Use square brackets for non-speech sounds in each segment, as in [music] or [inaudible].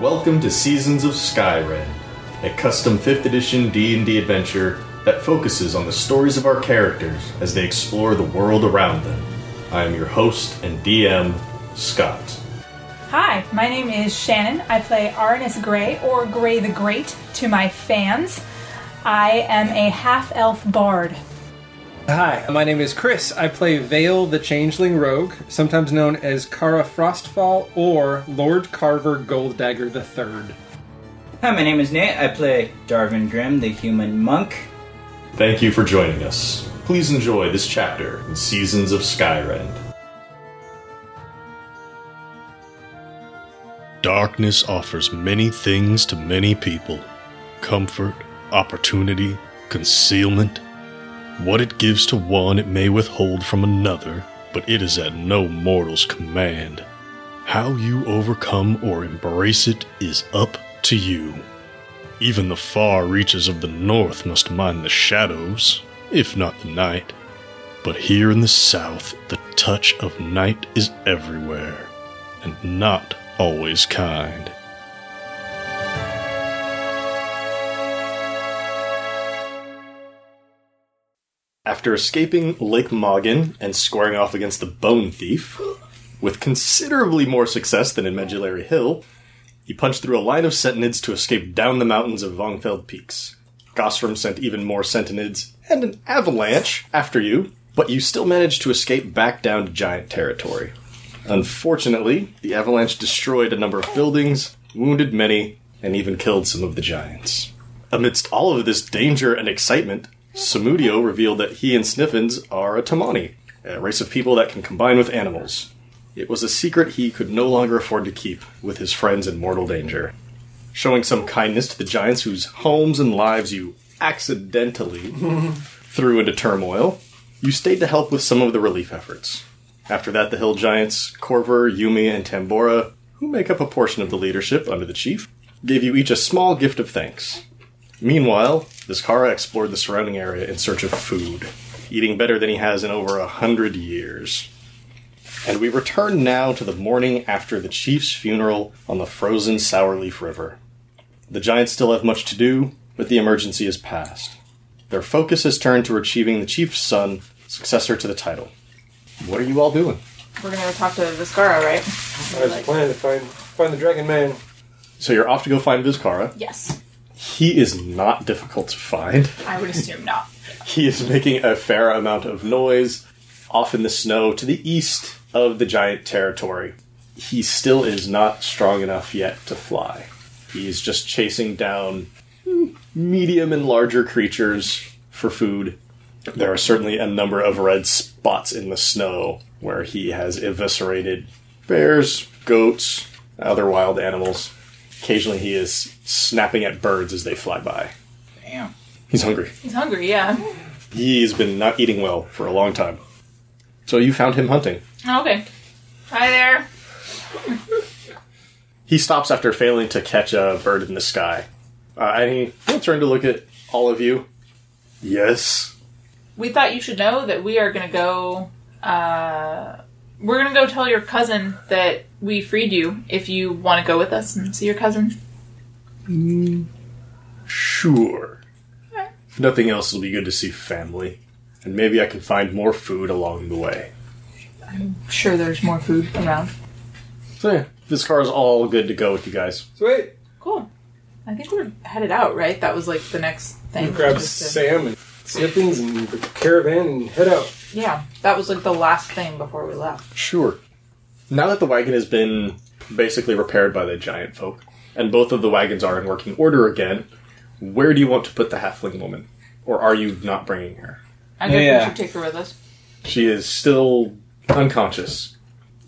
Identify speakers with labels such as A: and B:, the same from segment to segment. A: welcome to Seasons of Skyrim, a custom 5th edition D&D adventure that focuses on the stories of our characters as they explore the world around them. I am your host and DM, Scott.
B: Hi, my name is Shannon. I play Arnis Grey, or Grey the Great, to my fans. I am a half elf bard.
C: Hi, my name is Chris. I play Vale the Changeling Rogue, sometimes known as Kara Frostfall or Lord Carver Goldagger III.
D: Hi, my name is Nate. I play Darvin Grimm, the human monk.
A: Thank you for joining us. Please enjoy this chapter in Seasons of Skyrend.
E: Darkness offers many things to many people comfort, opportunity, concealment. What it gives to one, it may withhold from another, but it is at no mortal's command. How you overcome or embrace it is up to you. Even the far reaches of the north must mind the shadows, if not the night. But here in the south, the touch of night is everywhere, and not always kind.
A: After escaping Lake Mogin and squaring off against the Bone Thief, with considerably more success than in Medullary Hill, you punch through a line of Sentinids to escape down the mountains of Vongfeld Peaks. Gosram sent even more Sentinids and an avalanche after you, but you still managed to escape back down to Giant territory. Unfortunately, the avalanche destroyed a number of buildings, wounded many, and even killed some of the giants. Amidst all of this danger and excitement, Samudio revealed that he and Sniffins are a Tamani, a race of people that can combine with animals. It was a secret he could no longer afford to keep with his friends in mortal danger. Showing some kindness to the giants whose homes and lives you accidentally threw into turmoil, you stayed to help with some of the relief efforts. After that, the Hill Giants, Corver, Yumi, and Tambora, who make up a portion of the leadership under the chief, gave you each a small gift of thanks. Meanwhile, Vizcara explored the surrounding area in search of food, eating better than he has in over a hundred years. And we return now to the morning after the chief's funeral on the frozen Sourleaf River. The Giants still have much to do, but the emergency is past. Their focus has turned to achieving the chief's son, successor to the title. What are you all doing?
F: We're gonna talk to Viscara, right?
G: I was planning to find find the dragon man.
A: So you're off to go find Vizcara.
F: Yes.
A: He is not difficult to find.
F: I would assume not.
A: He is making a fair amount of noise off in the snow to the east of the giant territory. He still is not strong enough yet to fly. He is just chasing down mm, medium and larger creatures for food. There are certainly a number of red spots in the snow where he has eviscerated bears, goats, other wild animals. Occasionally, he is snapping at birds as they fly by.
D: Damn.
A: He's hungry.
F: He's hungry, yeah.
A: He's been not eating well for a long time. So you found him hunting.
F: Okay. Hi there.
A: He stops after failing to catch a bird in the sky. Uh, and he will turn to look at all of you. Yes.
F: We thought you should know that we are gonna go. Uh, we're gonna go tell your cousin that we freed you. If you want to go with us and see your cousin,
A: Sure. If nothing else, it'll be good to see family. And maybe I can find more food along the way.
F: sure. There's more food around.
A: So yeah, this car is all good to go with you guys.
G: Sweet.
F: Cool. I think we're headed out, right? That was like the next thing.
G: Grab
F: Just to-
G: Sam and Sniffins and the caravan and head out.
F: Yeah, that was like the last thing before we left.
A: Sure. Now that the wagon has been basically repaired by the giant folk, and both of the wagons are in working order again, where do you want to put the halfling woman? Or are you not bringing her?
F: I guess we
D: Yeah.
F: should take her with us.
A: She is still unconscious.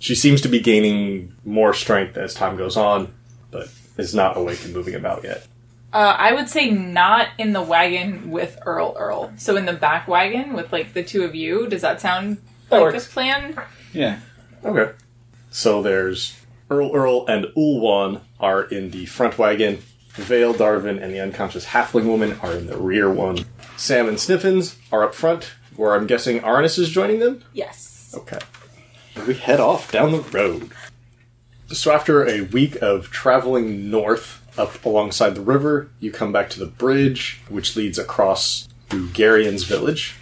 A: She seems to be gaining more strength as time goes on, but is not awake and moving about yet.
F: Uh, I would say not in the wagon with Earl Earl. So in the back wagon with like the two of you. Does that sound
G: That
F: like
G: works.
F: this plan?
D: Yeah.
A: Okay. So there's Earl Earl and Ulwan are in the front wagon. Vale, Darvin, and the unconscious halfling woman are in the rear one. Sam and Sniffins are up front, where I'm guessing Arnis is joining them.
F: Yes.
A: Okay. We head off down the road. So after a week of traveling north up alongside the river, you come back to the bridge, which leads across Bulgarian's village.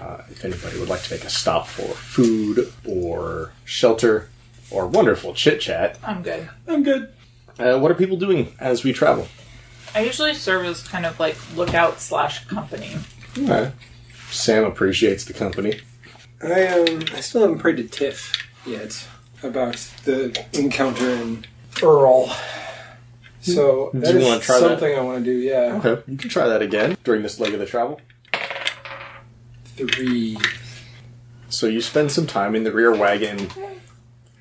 A: Uh, if anybody would like to make a stop for food or shelter or wonderful chit chat,
F: I'm good.
C: I'm good.
A: uh, what are people doing as we travel?
F: I usually serve as kind of like lookout slash company.
A: Uh, Sam appreciates the company.
G: I um, I still haven't prayed to Tiff yet about the encounter in Earl. So that
A: you
G: is
A: wanna try that?
G: something I want to do. Yeah,
A: Okay, you can try that again during this leg of the travel.
G: three.
A: So you spend some time in the rear wagon,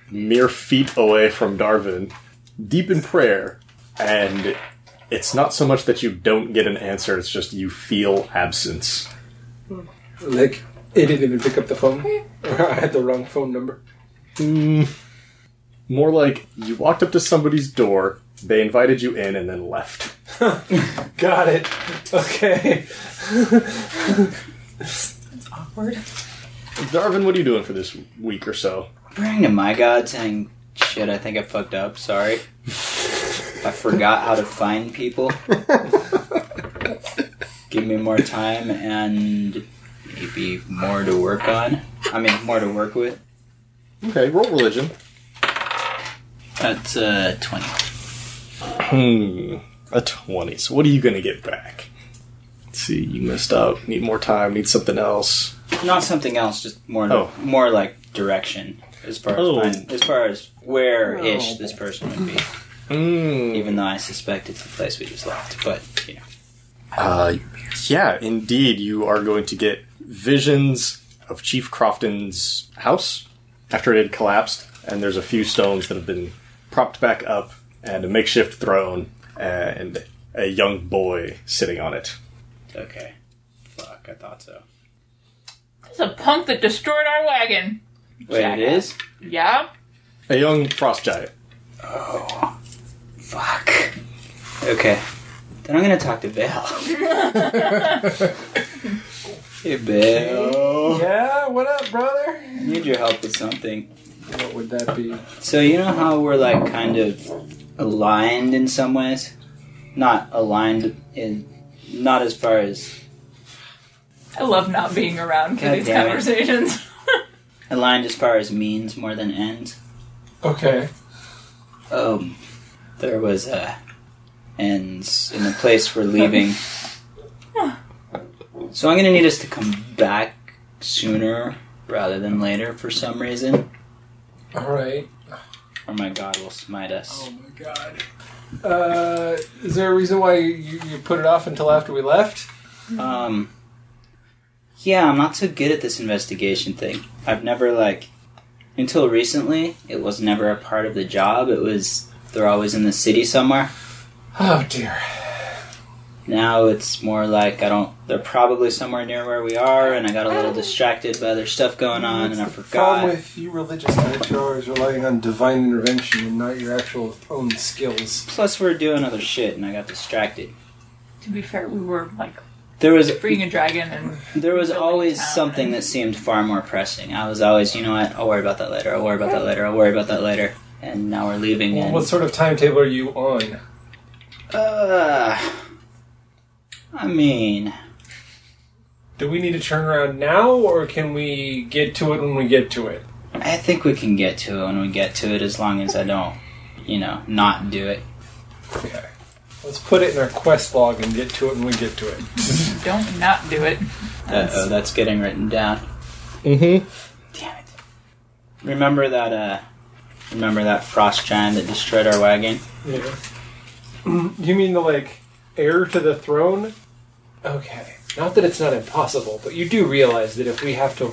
A: mere feet away from Darwin, deep in prayer, and it's not so much that you don't get an answer, it's just you feel absence.
G: Like it didn't even pick up the phone. [laughs] I had the wrong phone number.
A: More like you walked up to somebody's door, they invited you in, and then left.
G: Got it. [laughs] Okay.
B: Awkward.
A: Darwin, what are you doing for this week or so?
D: Praying to my God, saying, "Shit, I think I fucked
A: [laughs]
D: up. Sorry, I forgot how to find people. Give me more time and maybe more to work on. I mean, more to work with."
A: Okay, roll religion.
D: That's uh, twenty.
A: Hmm, a 20. So what are you going to get back? Let's see, you messed up. Need more time, need something else.
D: Not something else, just more
A: Oh.
D: more like direction as far as
A: Oh.
D: find- as far as where ish this person would be.
A: Hmm.
D: Even though I suspect it's the place we just left, but you know.
A: Uh, yeah, indeed, you are going to get visions of Chief Crofton's house after it had collapsed, and there's a few stones that have been propped back up, and a makeshift throne, and a young boy sitting on it.
D: Okay. Fuck, I thought so.
F: It's a punk that destroyed our wagon.
D: Wait, it is?
F: Yeah.
A: A young frost giant.
D: Oh. Fuck. Okay. Then I'm gonna talk
G: [laughs]
D: to Bill. hey, Bill.
G: Yeah. What up, brother?
D: I need your help with something.
G: What would that be?
D: So, you know how we're like kind of aligned in some ways? Not aligned in. Not as far as.
F: I love not being around for
D: God
F: these
D: damn it.
F: conversations.
D: Aligned as far as means more than ends.
G: Okay.
D: Um. There was a. Ends in the place we're leaving. So, I'm gonna need us to come back sooner rather than later for some reason.
G: All right.
D: or my god will smite us.
G: Oh my god. Uh, is there a reason why you, you put it off until after we left?
D: Um, yeah, I'm not so good at this investigation thing. I've never like, until recently, it was never a part of the job. It was they're always in the city somewhere.
G: Oh dear.
D: Now it's more like I don't. They're probably somewhere near where we are, and I got a little distracted by other stuff going on, and I
G: Problem
D: forgot.
G: with you religious types, you're always relying on divine intervention and not your actual own skills.
D: Plus, we we're doing other shit, and I got distracted.
F: to be fair, we were like
D: There was
F: freeing a dragon and
D: There was
F: Building
D: always
F: town
D: something
F: and-
D: that seemed far more pressing. I was always, you know what, I'll worry about that later, I'll worry about that later, I'll worry about that later. And now we're leaving and
G: What sort of timetable are you on?
D: uh, I mean
G: Do we need to turn around now, or can we get to it when we get to it?
D: I think we can get to it when we get to it as long as I don't, you know, not do it.
G: Okay. Let's put it in our quest log and get to it when we get to it.
F: don't not do it.
D: Uh oh, that's getting written down.
A: Mm-hmm.
D: Damn it. Remember that uh remember that frost giant that destroyed our wagon?
G: Yeah. You mean the like heir to the throne? Okay. Not that it's not impossible, but you do realize that if we have to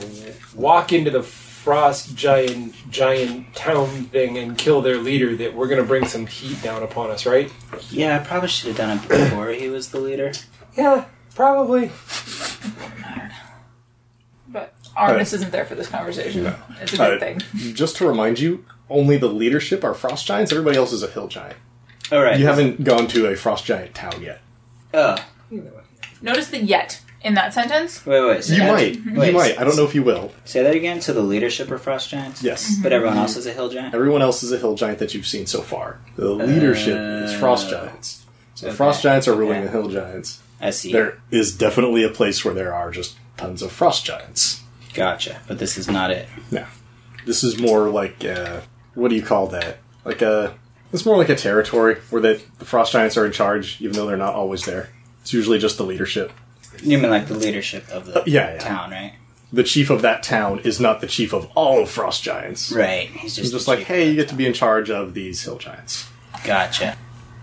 G: walk into the frost giant giant town thing and kill their leader, that we're gonna bring some heat down upon us, right?
D: Yeah, I probably should have done it before he was the leader.
G: Yeah, probably.
F: But Arnis isn't there for this conversation. It's a
A: Alright.
F: good thing.
A: Just to remind you, only the leadership are frost giants. Everybody else is a hill giant.
D: Alright.
A: You haven't gone to a frost giant town yet.
D: uh,
F: Notice the yet in that sentence.
D: Wait, wait. Say
A: You
D: that.
A: might. You
D: Wait.
A: might. I don't know if you will.
D: Say that again to the leadership of Frost Giants.
A: Yes.
D: But everyone else is a hill giant.
A: Everyone else is a hill giant that you've seen so far. The leadership is frost giants. So the frost
D: Uh, okay.
A: giants are ruling
D: Yeah.
A: the hill giants.
D: I see.
A: There is definitely a place where there are just tons of frost giants.
D: Gotcha. But this is not it.
A: No. This is more like uh, what do you call that? Like a it's more like a territory where the, the frost giants are in charge, even though they're not always there. It's usually just the leadership.
D: You mean like the leadership of the
A: Uh, yeah, yeah.
D: town, right?
A: The chief of that town is not the chief of all frost giants.
D: Right. He's
A: It's
D: just,
A: just
D: the
A: like,
D: chief.
A: hey, you get to be in charge of these hill giants.
D: Gotcha.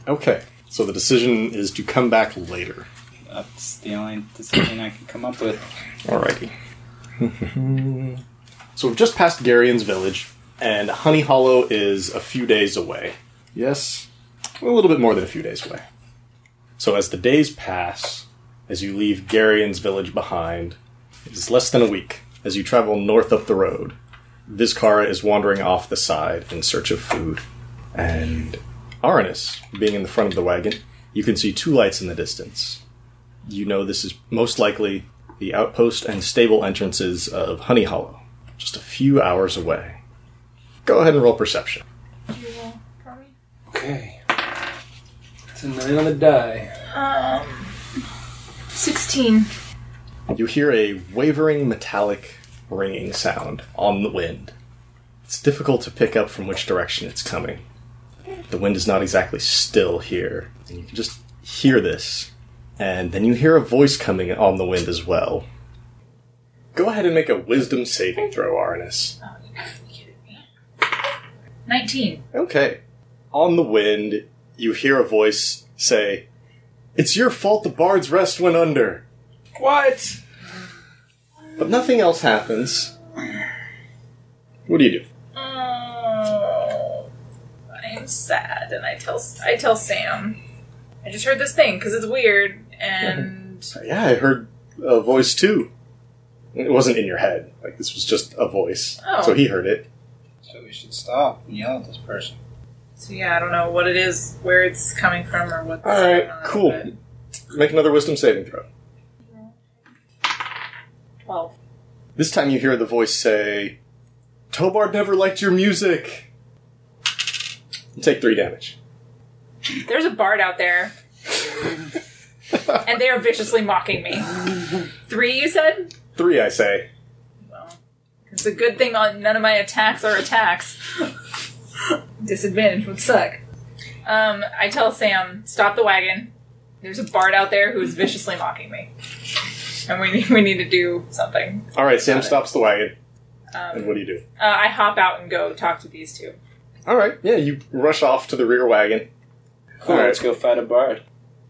A: Okay. So the decision is to come back later.
D: That's the only decision I can come up with.
A: Alrighty. [laughs] so we've just passed Garion's village, and Honey Hollow is a few days away. Yes, a little bit more than a few days away. So as the days pass, as you leave Garion's village behind, it is less than a week as you travel north up the road. Vizcara is wandering off the side in search of food, and Aranus, being in the front of the wagon, you can see two lights in the distance you know this is most likely the outpost and stable entrances of Honey Hollow, just a few hours away. Go ahead and roll perception.
F: Do you roll for me?
G: Okay. It's a nine on the die.
F: Sixteen.
A: You hear a wavering metallic ringing sound on the wind. It's difficult to pick up from which direction it's coming. The wind is not exactly still here, and you can just hear this. And then you hear a voice coming on the wind as well. Go ahead and make a wisdom saving throw, Arnis.
H: Nineteen.
A: Okay. On the wind, you hear a voice say, It's your fault the Bard's Rest went under.
G: What?
A: But nothing else happens. What do you do?
F: Oh, I'm sad, and I tell I tell Sam. I just heard this thing because it's weird,
D: [laughs]
F: and
A: Yeah, I heard a voice too. It wasn't in your head. Like, this was just a voice.
F: Oh.
A: So he heard it.
D: So we should stop and yell at this person.
F: so yeah, I don't know what it is, where it's coming from, or what's
A: All right,
F: going on,
A: cool.
F: but-
A: Make another wisdom saving throw.
F: Twelve.
A: This time you hear the voice say, Tobard never liked your music. You take three damage. [laughs]
F: There's a bard out there, and they are viciously mocking
A: [laughs]
F: me. Three, you said.
A: Three, I say.
F: Well, it's a good thing on none of my attacks are attacks. Disadvantage would suck. Um, I tell Sam, stop the wagon. There's a bard out there who is viciously mocking me, and we [laughs] need, we need to do something.
A: All right, Sam stops the wagon. and
F: Um,
A: what do you do?
F: uh, I hop out and go talk to these two.
A: All right. Yeah, you rush off to the rear wagon.
D: Cool,
A: All right.
D: let's go fight a bard.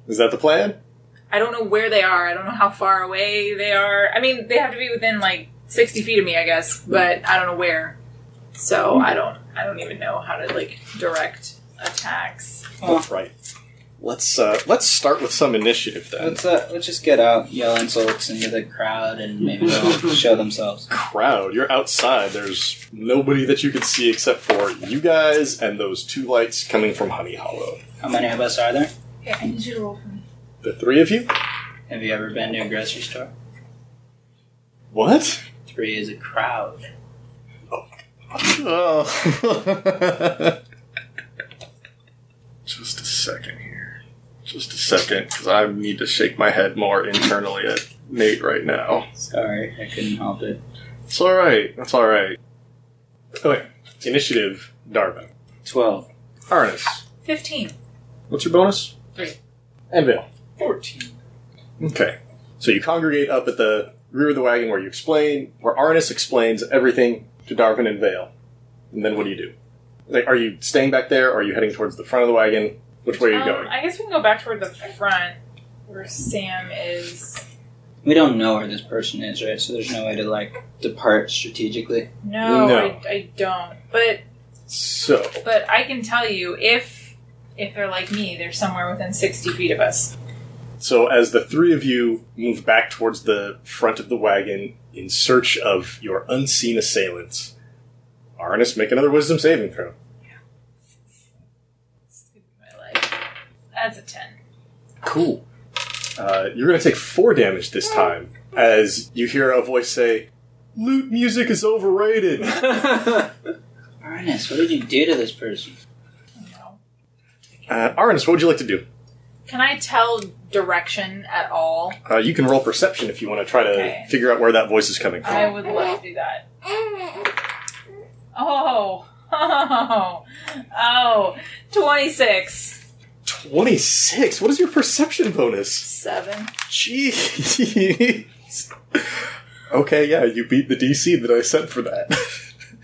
A: Is that the plan?
F: I don't know where they are. I don't know how far away they are. I mean, they have to be within like sixty feet of me, I guess, but I don't know where. So I don't. I don't even know how to like direct attacks.
A: That's right. Let's uh, let's start with some initiative then.
D: Let's uh, let's just get out, yell insults into the crowd, and maybe they'll show themselves.
A: Crowd, you're outside. There's nobody that you can see except for you guys and those two lights coming from Honey Hollow.
D: How many of us are there?
F: Hey, I need you to roll for me.
A: The three of you.
D: Have you ever been to a grocery store?
A: What?
D: Three is a crowd.
A: Oh. [laughs] Just a second here. Just a second, because I need to shake my head more internally at Nate right now.
D: Sorry, I couldn't help it.
A: It's all right. That's all right. Okay. Initiative, Darvin.
D: Twelve.
A: Arnis.
F: Fifteen.
A: What's your bonus?
F: Three.
A: And Vale.
G: Fourteen.
A: Okay. So you congregate up at the rear of the wagon where you explain, where Arnis explains everything to Darvin and Vale. And then what do you do? Like, are you staying back there? Or are you heading towards the front of the wagon? Which way are you
F: Um,
A: going?
F: I guess we can go back toward the front where Sam is.
D: We don't know where this person is, right? So there's no way to like depart strategically.
F: No,
A: No.
F: I, I don't. But
A: So,
F: but I can tell you if if they're like me, they're somewhere within sixty feet of us.
A: so as the three of you move back towards the front of the wagon in search of your unseen assailants, Arnis, make another wisdom saving throw.
F: My life. That's a ten.
A: Cool. Uh, you're going to take four damage this time as you hear a voice say, "Lute music is overrated."
D: Ernest, what did you do to this person?
A: Uh, Arnis, what would you like to do?
F: Can I tell direction at all?
A: Uh, you can roll perception if you want to try to
F: Okay.
A: figure out where that voice is coming from.
F: I would love to do that. Oh, [laughs] oh, oh, 26.
A: 26? What is your perception bonus?
F: Seven.
A: Jeez. okay, yeah, you beat the DC that I set for that.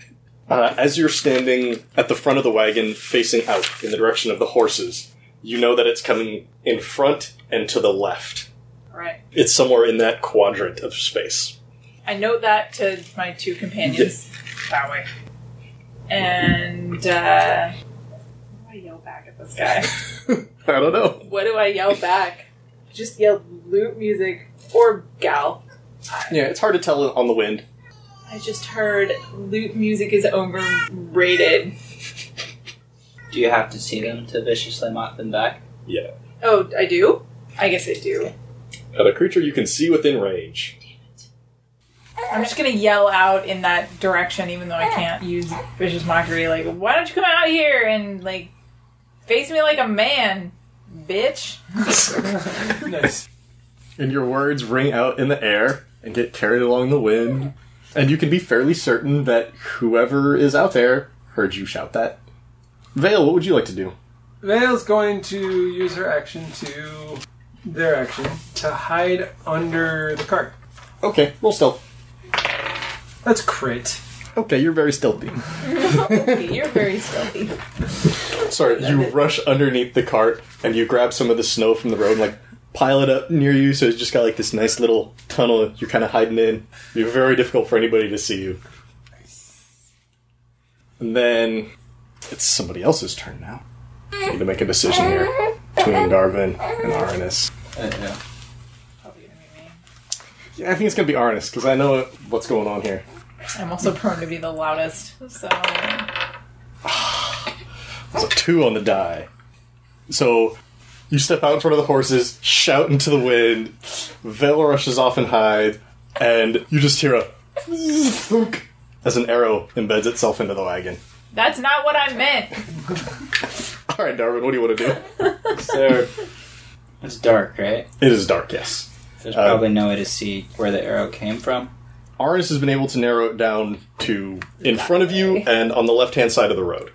A: [laughs] uh, as you're standing at the front of the wagon, facing out in the direction of the horses, you know that it's coming in front and to the left.
F: All right.
A: It's somewhere in that quadrant of [laughs] space.
F: I note that to my two companions. That way. And, uh, what do I yell back at this guy?
A: I don't know.
F: what do I yell back? Just yell loot music or gal.
A: Yeah, it's hard to tell on the wind.
F: I just heard loot music is overrated.
D: Do you have to see them to viciously mock them back?
F: Oh, I do? I guess I do.
A: At a creature you can see within [laughs] range.
F: I'm just gonna yell out in that direction, even though I can't use vicious mockery. Like, why don't you come out here and like face me like a man, bitch?
G: nice.
A: and your words ring out in the air and get carried along the wind. And you can be fairly certain that whoever is out there heard you shout that. Vale, what would you like to do?
G: Vale's going to use her action to their action to hide under the cart.
A: Okay, roll stealth.
G: That's crit.
A: Okay, you're very stealthy.
F: You're very stealthy.
A: Sorry, you rush underneath the cart and you grab some of the snow from the road and like pile it up near you so it's just got like this nice little tunnel you're kind of hiding in. You're very difficult for anybody to see you. And then it's somebody else's turn now. We need to make a decision here between Darvin and Arnis.
D: Uh, yeah.
A: Yeah, I think it's gonna be Arnis because I know what's going on here.
F: I'm also prone to be the loudest, so
A: It's a two on the die. So you step out in front of the horses, shout into the wind. Vale rushes off and hide, and you just hear a thunk as an arrow embeds itself into the wagon.
F: that's not what I meant.
A: All right, Darwin, what do you want to do?
D: So it's dark, right?
A: It is dark. Yes,
D: There's
A: Uh,
D: probably no way to see where the arrow came from.
A: Arnis has been able to narrow it down to in front of you and on the left-hand side of the road.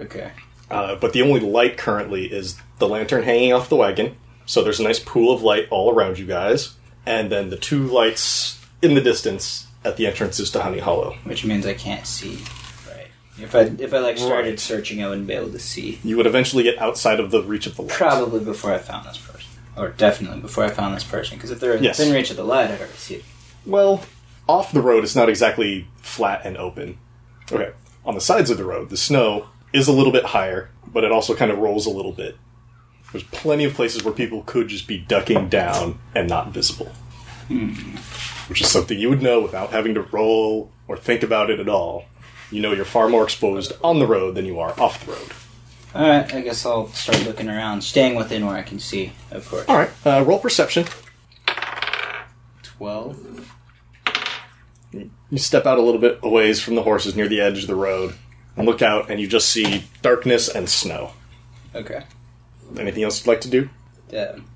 D: Okay.
A: Uh, but the only light currently is the lantern hanging off the wagon. So there's a nice pool of light all around you guys, and then the two lights in the distance at the entrances to Honey Hollow.
D: Which means I can't see. Right. If I if I like started
A: Right.
D: searching, I wouldn't be able to see.
A: You would eventually get outside of the reach of the light.
D: Probably before I found this person, or definitely before I found this person. Because if they're
A: Yes.
D: within reach of the light, I'd already see it.
A: Well, off the road, it's not exactly flat and open. Okay, on the sides of the road, the snow is a little bit higher, but it also kind of rolls a little bit. There's plenty of places where people could just be ducking down and not visible, which is something you would know without having to roll or think about it at all. You know you're far more exposed on the road than you are off the road.
D: All right. I guess I'll start looking around, staying within where I can see. Of course.
A: All right, uh, roll perception.
D: Twelve.
A: You step out a little bit away from the horses near the edge of the road and look out, and you just see darkness and snow.
D: Okay.
A: Anything else you'd like to do?
D: Um,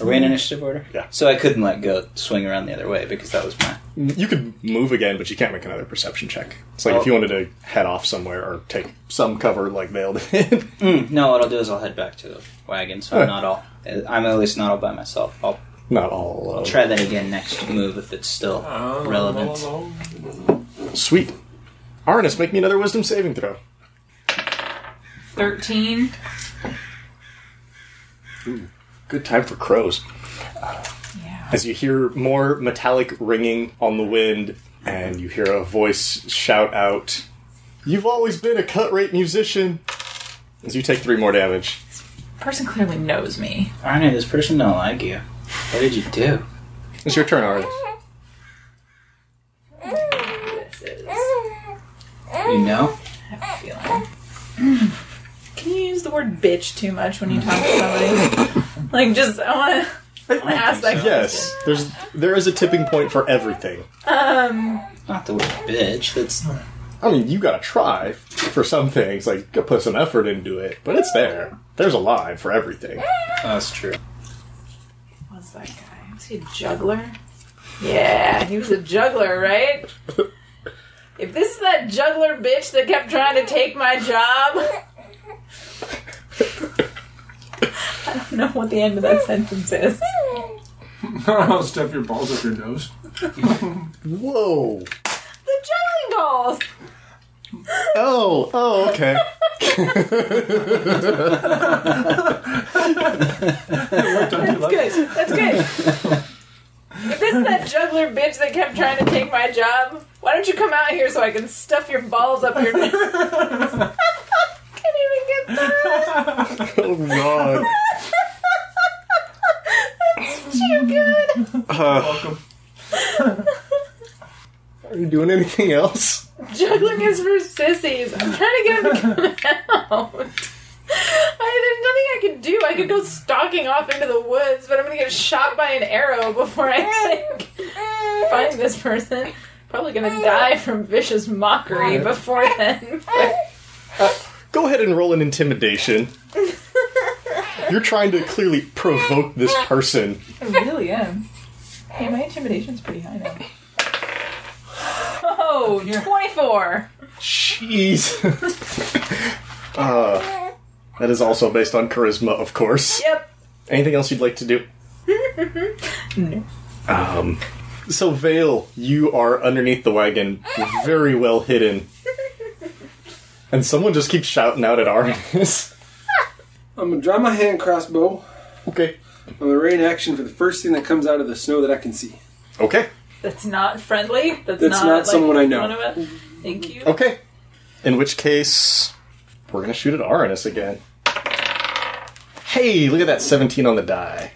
D: are we in initiative order?
A: Hmm. Yeah.
D: So I couldn't like go swing around the other way because that was my.
A: You could move again, but you can't make another perception check. It's like if you wanted to head off somewhere or take some cover, like Veiled did.
D: Mm, no, what I'll do is I'll head back to the wagon, so I'm
A: Alright.
D: not all. I'm at least not all by myself. I'll
A: [laughs] Not all uh, alone.
D: try that again next move if it's still relevant.
A: Sweet. Arnis, make me another wisdom saving throw.
F: Thirteen.
A: Good time for crows.
F: Yeah.
A: As you hear more metallic ringing on the wind, and you hear a voice shout out, You've always been a cut rate musician! As you take three more damage.
F: Person clearly knows me.
D: Arne, this person don't like you. What did you do?
A: It's your turn, [laughs] Arnis.
F: This is I
D: You know?
F: have a feeling. Mm. Can you use the word bitch too much when you talk to somebody? like just I wanna I didn't ask that.
A: Yes, there's there is a tipping point for everything.
F: Um,
D: Not the word bitch. That's
A: I mean, you gotta try for some things. Like, you gotta put some effort into it, but it's there. There's a line for everything.
D: that's true.
F: what's that guy? Was he a juggler? Yeah, he was a juggler, right? If this is that juggler bitch that kept trying to take my job. I don't know what the end of that sentence is.
H: I'll stuff your balls up your nose.
A: Whoa!
F: The juggling balls!
A: Oh, oh, okay.
F: That's good. That's good. If this is that juggler bitch that kept trying to take my job, why don't you come out here so I can stuff your balls up your [laughs] nose? Can't even get that.
A: Oh god.
F: It's too good.
A: Uh, are you doing anything else?
F: Juggling is for sissies. I'm trying to get him to come [laughs] out. I, there's nothing I could do. I could go stalking off into the woods, but I'm gonna get shot by an arrow before I like, find this person. Probably gonna die from vicious mockery before then.
A: Go ahead and roll an intimidation. You're trying to clearly provoke this person.
F: I really am. Hey, my intimidation's pretty high now. Oh, 24.
A: Jeez. [laughs] uh, that is also based on charisma, of course.
F: Yep.
A: Anything else you'd like to do?
F: No.
A: Um, so Vale, you are underneath the wagon, very well hidden, and someone just keeps shouting out at Arnis. [laughs]
H: I'm gonna draw my hand crossbow.
A: okay.
H: I'm gonna rain action for the first thing that comes out of the snow that I can see.
A: Okay.
F: That's not friendly. That's,
H: That's not
F: like,
H: someone I know.
F: one of us. Thank you.
A: Okay. In which case, we're gonna shoot at Arnis again. Hey, look at that 17 on the die.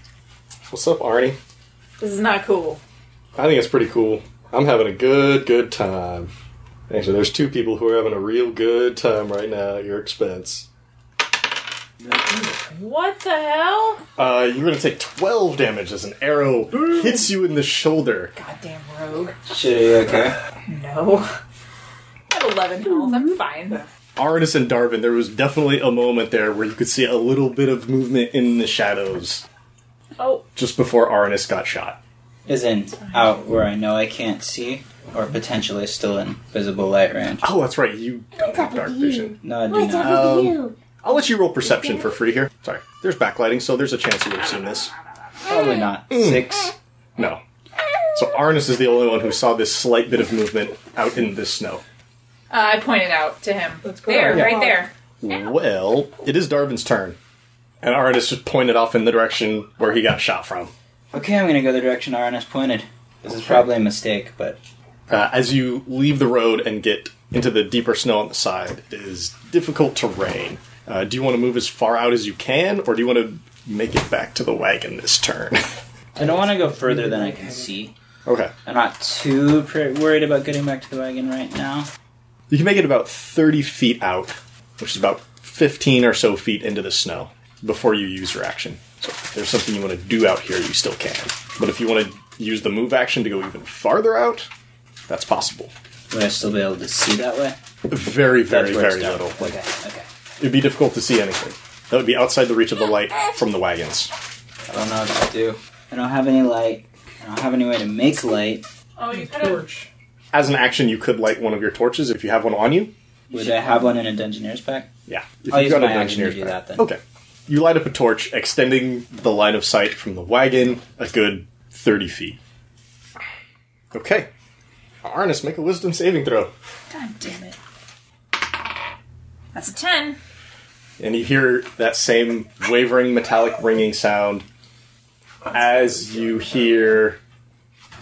A: What's up, Arnie?
F: This is not cool.
A: I think it's pretty cool. I'm having a good, good time. Actually, there's two people who are having a real good time right now at your expense.
F: What the hell?
A: Uh, you're gonna take 12 damage as an arrow hits you in the shoulder.
F: Goddamn rogue.
D: Shit, are you okay?
F: No. [laughs] I have 11 health. I'm fine.
A: Arnis and Darvin, there was definitely a moment there where you could see a little bit of movement in the shadows
F: Oh,
A: just before Arnis got shot.
D: Isn't out where I know I can't see, or potentially still in visible light range.
A: Oh, that's right, you don't have dark vision.
D: No, I do not.
A: Um, I'll let you roll perception for free here. Sorry, there's backlighting, so there's a chance you would have seen this.
D: Probably not. Six.
A: No. So Arnis is the only one who saw this slight bit of movement out in the snow.
F: uh, I pointed out to him. Let's
B: go.
F: There,
B: Yeah.
F: right there.
A: Well, it is Darvin's turn. And Arnis just pointed off in the direction where he got shot from.
D: Okay, I'm gonna go the direction RNS pointed. This is probably a mistake, but
A: uh, as you leave the road and get into the deeper snow on the side it is difficult terrain. Uh, do you want to move as far out as you can, or do you want to make it back to the wagon this turn? [laughs]
D: I don't want to go further than I can see.
A: okay,
D: I'm not too pr- worried about getting back to the wagon right now.
A: you can make it about thirty feet out, which is about fifteen or so feet into the snow before you use your action. So if there's something you want to do out here, you still can. But if you want to use the move action to go even farther out, that's possible.
D: Would I still be able to see that way?
A: Very, very,
D: That's where it's
A: very
D: dark.
A: little. Like
D: Okay, okay.
A: it'd be difficult to see anything. That would be outside the reach of the light from the wagons.
D: I don't know what to do. I don't have any light. I don't have any way to make light.
F: Oh, you could have.
A: As an action, you could light one of your torches if you have one on you.
D: Would I have one in a Dungeoneer's pack?
A: Yeah. If
D: I'll
A: you've
D: use
A: got
D: my
A: an
D: action to
A: engineer's
D: do
A: pack.
D: that then.
A: Okay. You light up a torch, extending the line of sight from the wagon a good 30 feet. Okay. Arnis, make a wisdom saving throw.
F: God [laughs] damn it. That's a 10.
A: And you hear that same wavering metallic ringing sound as you hear.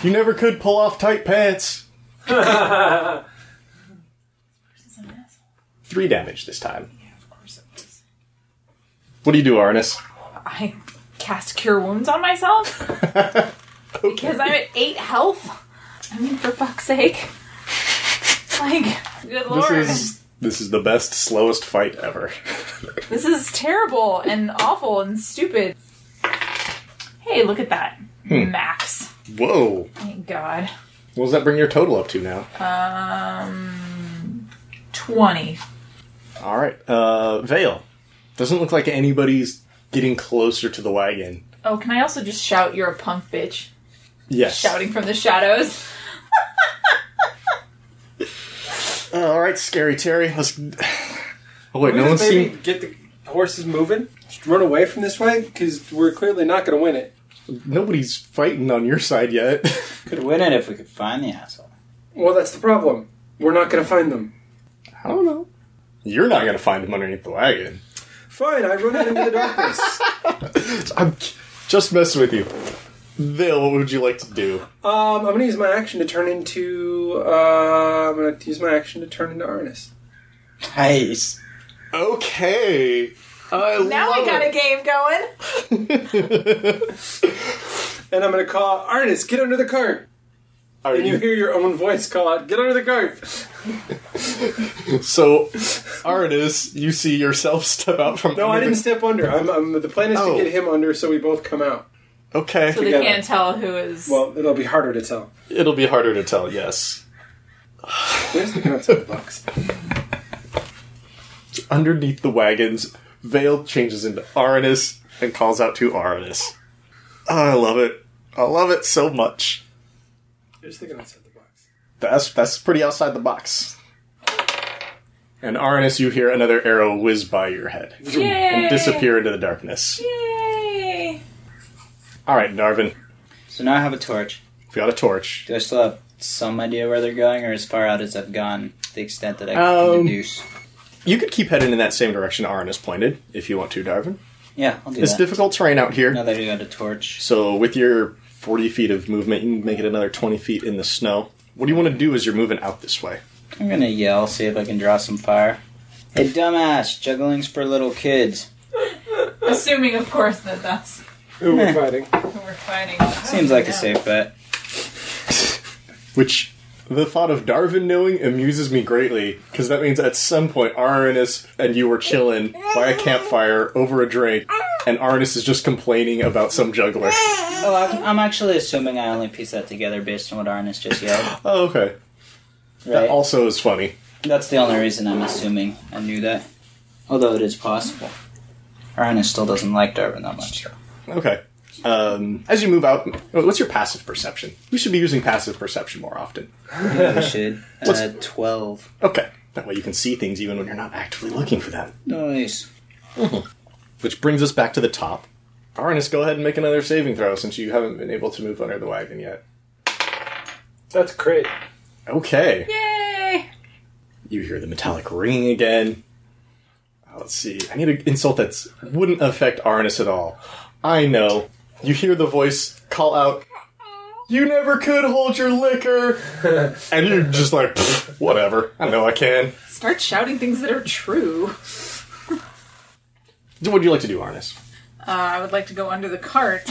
A: You never could pull off tight pants! Three damage this time. What do you do, Arnis?
F: I cast Cure Wounds
A: [laughs]
F: on myself because I'm at 8 health. I mean, for fuck's sake. Like, good
A: This
F: lord.
A: is this is the best slowest fight ever. [laughs]
F: This is terrible and awful and stupid. Hey, look at that. Max.
A: Whoa.
F: Thank God.
A: What does that bring your total up to now?
F: Um, 20.
A: All right. Uh, Vale. Doesn't look like anybody's getting closer to the wagon.
F: Oh, can I also just shout, you're a punk bitch?
A: Yes.
F: Shouting from the shadows.
A: Uh, all right, scary Terry. Let's. [sighs] Oh wait,
H: Can
A: no
H: we
A: one's
H: just maybe
A: seen.
H: get the horses moving? Just run away from this way because we're clearly not going to win it.
A: Nobody's fighting on your side yet. [laughs]
D: Could win it if we could find the asshole.
H: Well, that's the problem. We're not going to find them.
A: I don't know. You're not gonna find him underneath the wagon.
H: Fine, I run out into the darkness.
A: [laughs]
H: [laughs]
A: I'm just messing with you. Vale, what would you like to do?
H: Um, I'm going to use my action to turn into. Uh, I'm going to use my action to turn into Arnis.
D: Nice.
A: Okay. I
F: Now we got a game going.
A: [laughs]
H: And I'm going to call Arnis, get under the cart.
A: Are
H: And you
A: you
H: hear your own voice call out, get under the cart.
A: so, Artis? You see yourself step out from.
H: No, I
A: under the-
H: didn't step under. I'm, I'm the plan is
A: Oh.
H: to get him under so we both come out.
A: Okay.
F: So they
H: Together.
F: can't tell who is.
H: Well, it'll be harder to tell.
A: It'll be harder to tell. Yes.
H: Where's the concept box?
A: Underneath the wagons, Vale changes into Arnis and calls out to Arnis. I love it. I love it so much.
H: Where's the concept box?
A: That's that's pretty outside the box. And Arnis, you hear another arrow whiz by your head
F: Yay!
A: and disappear into the darkness.
F: Yay!
A: All right, Narvin,
D: So now I have a torch.
A: we got a torch.
D: Do I still have some idea where they're going, or as far out as I've gone, to the extent that I can
A: Um,
D: deduce?
A: You could keep heading in that same direction Arnis pointed if you want to, Darvin.
D: Yeah, I'll do
A: It's
D: that.
A: difficult terrain out here.
D: now that I got a torch,
A: So with your 40 feet of movement, you can make it another 20 feet in the snow. What do you want to do as you're moving out this way?
D: I'm gonna yell, see if I can draw some fire. Hey, dumbass! Juggling's for little kids.
F: Assuming, of course, that that's
H: Who
D: Eh.
H: we're fighting?
F: who we're fighting.
D: Seems like a safe bet.
A: Which the thought of Darvin knowing amuses me greatly because that means at some point Arnis and you were chilling by a campfire over a drink, and Arnis is just complaining about some juggler.
D: Oh, I'm, I'm actually assuming I only pieced that together based on what Arnis just yelled.
A: Oh, okay. That
D: Right?
A: also is funny.
D: That's the only reason I'm assuming I knew that. Although it is possible. Arnis still doesn't like Darwin that much.
A: Okay. Um, as you move out, what's your passive perception? We should be using passive perception more often.
D: Maybe we should.
A: [laughs]
D: Uh,
A: What's-
D: 12.
A: Okay. That way you can see things even when you're not actively looking for them.
D: Nice.
A: Which brings us back to the top. Arnis, go ahead and make another saving throw since you haven't been able to move under the wagon yet.
G: That's great.
A: Okay.
F: Yay!
A: You hear the metallic ringing again. Uh, Let's see. I need an insult that wouldn't affect Arnis at all. I know. You hear the voice call out, You never could hold your liquor! and you're just like, "Pfft, whatever. I know I can.
F: Start shouting things that are true.
A: What would you like to do, Arnis?
F: Uh, I would like to go under the cart.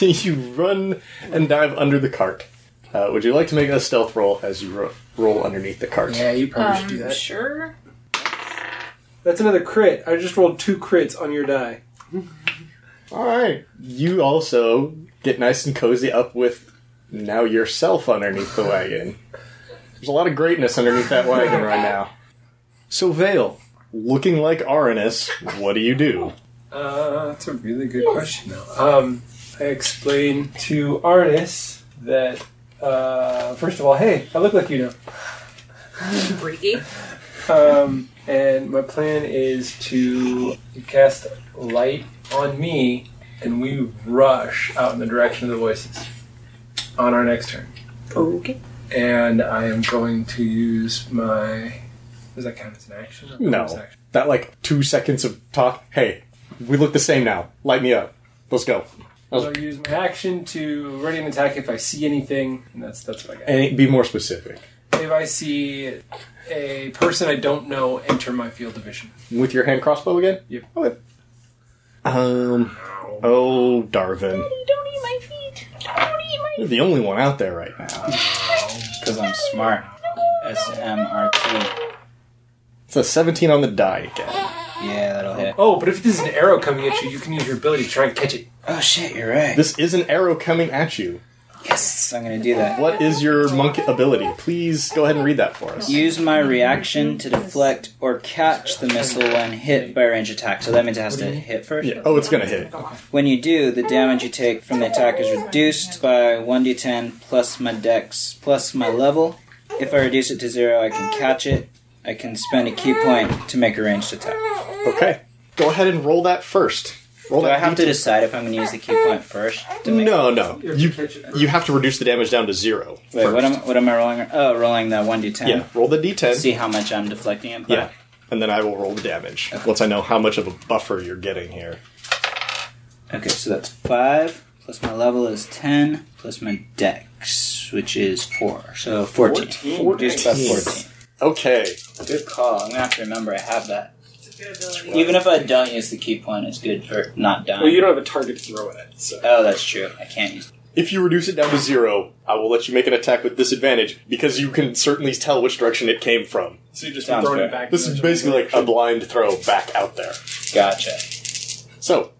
A: [laughs] you run and dive under the cart. Uh, would you like to make a stealth roll as you ro- roll underneath the cart?
H: you probably
F: Um, sure.
G: That's another crit. I just rolled two crits on your die.
A: All right. You also get nice and cozy up with now yourself underneath the wagon. There's a lot of greatness underneath that wagon right now. So Vale, looking like Aranus, what do you do?
G: Uh,
H: That's a really good question, though.
G: um, I explained to Arnis that, uh, first of all, hey, I look like you now.
F: Freaky.
G: Um, and my plan is to cast light on me, and we rush out in the direction of the voices on our next turn.
F: Okay.
G: And I am going to use my. Does that count as an action? Or
A: No.
G: bonus action?
A: That like two seconds of talk. Hey, we look the same now. Light me up. Let's go.
G: So I use my action to ready an attack if I see anything, and that's that's what I got.
A: And be more specific.
G: If I see a person I don't know enter my field of vision,
A: With your hand crossbow again? Oh,
G: Yep.
A: Okay. Um. Oh, Darvin.
F: Don't eat my feet. Don't eat my [laughs]
A: You're the only one out there right now.
D: Because I'm smart. S M R T.
A: It's a 17 on the die again.
D: Yeah, that'll hit.
G: Oh, but if there's an arrow coming at you, you can use your ability to try and catch it.
D: Oh shit, you're right.
A: This is an arrow coming at you.
D: Yes, I'm gonna do that.
A: What is your monk ability? Please go ahead and read that for us.
D: Use my reaction to deflect or catch the missile when hit by a range attack. So that means it has to hit first.
A: Yeah. Oh, it's gonna hit.
D: When you do, the damage you take from the attack is reduced by 1d10 plus my dex plus my level. If I reduce it to zero, I can catch it. I can spend a key point to make a ranged attack.
A: Okay. Go ahead and roll that first. Roll
D: Do
A: that
D: I have to
A: D10.
D: decide if I'm going to use the key point first? To make
A: No, no. You
G: catch it.
A: you have to reduce the damage down to zero.
D: Wait,
A: first.
D: what am, what am I rolling? Oh, rolling the 1d10.
A: Yeah, roll the d10.
D: See how much I'm deflecting it by.
A: Yeah. And then I will roll the damage once I know how much of a buffer you're getting here.
D: Okay, so that's 5, plus my level is 10, plus my dex, which is 4. So 14.
H: 14.
D: Reduced by
A: Nice.
D: 14.
A: Okay.
D: Good call. I'm going to have to remember I have that.
F: It's a good ability.
D: Even if I don't use the key point, it's good for not dying.
H: Well, you don't have a target to throw at, so.
D: Oh, that's true. I can't use
A: If you reduce it down to zero, I will let you make an attack with disadvantage because you can certainly tell which direction it came from.
H: So you're just
D: Sounds
H: throwing
D: fair.
H: it back.
A: This is basically like a blind throw back out there.
D: Gotcha.
A: So,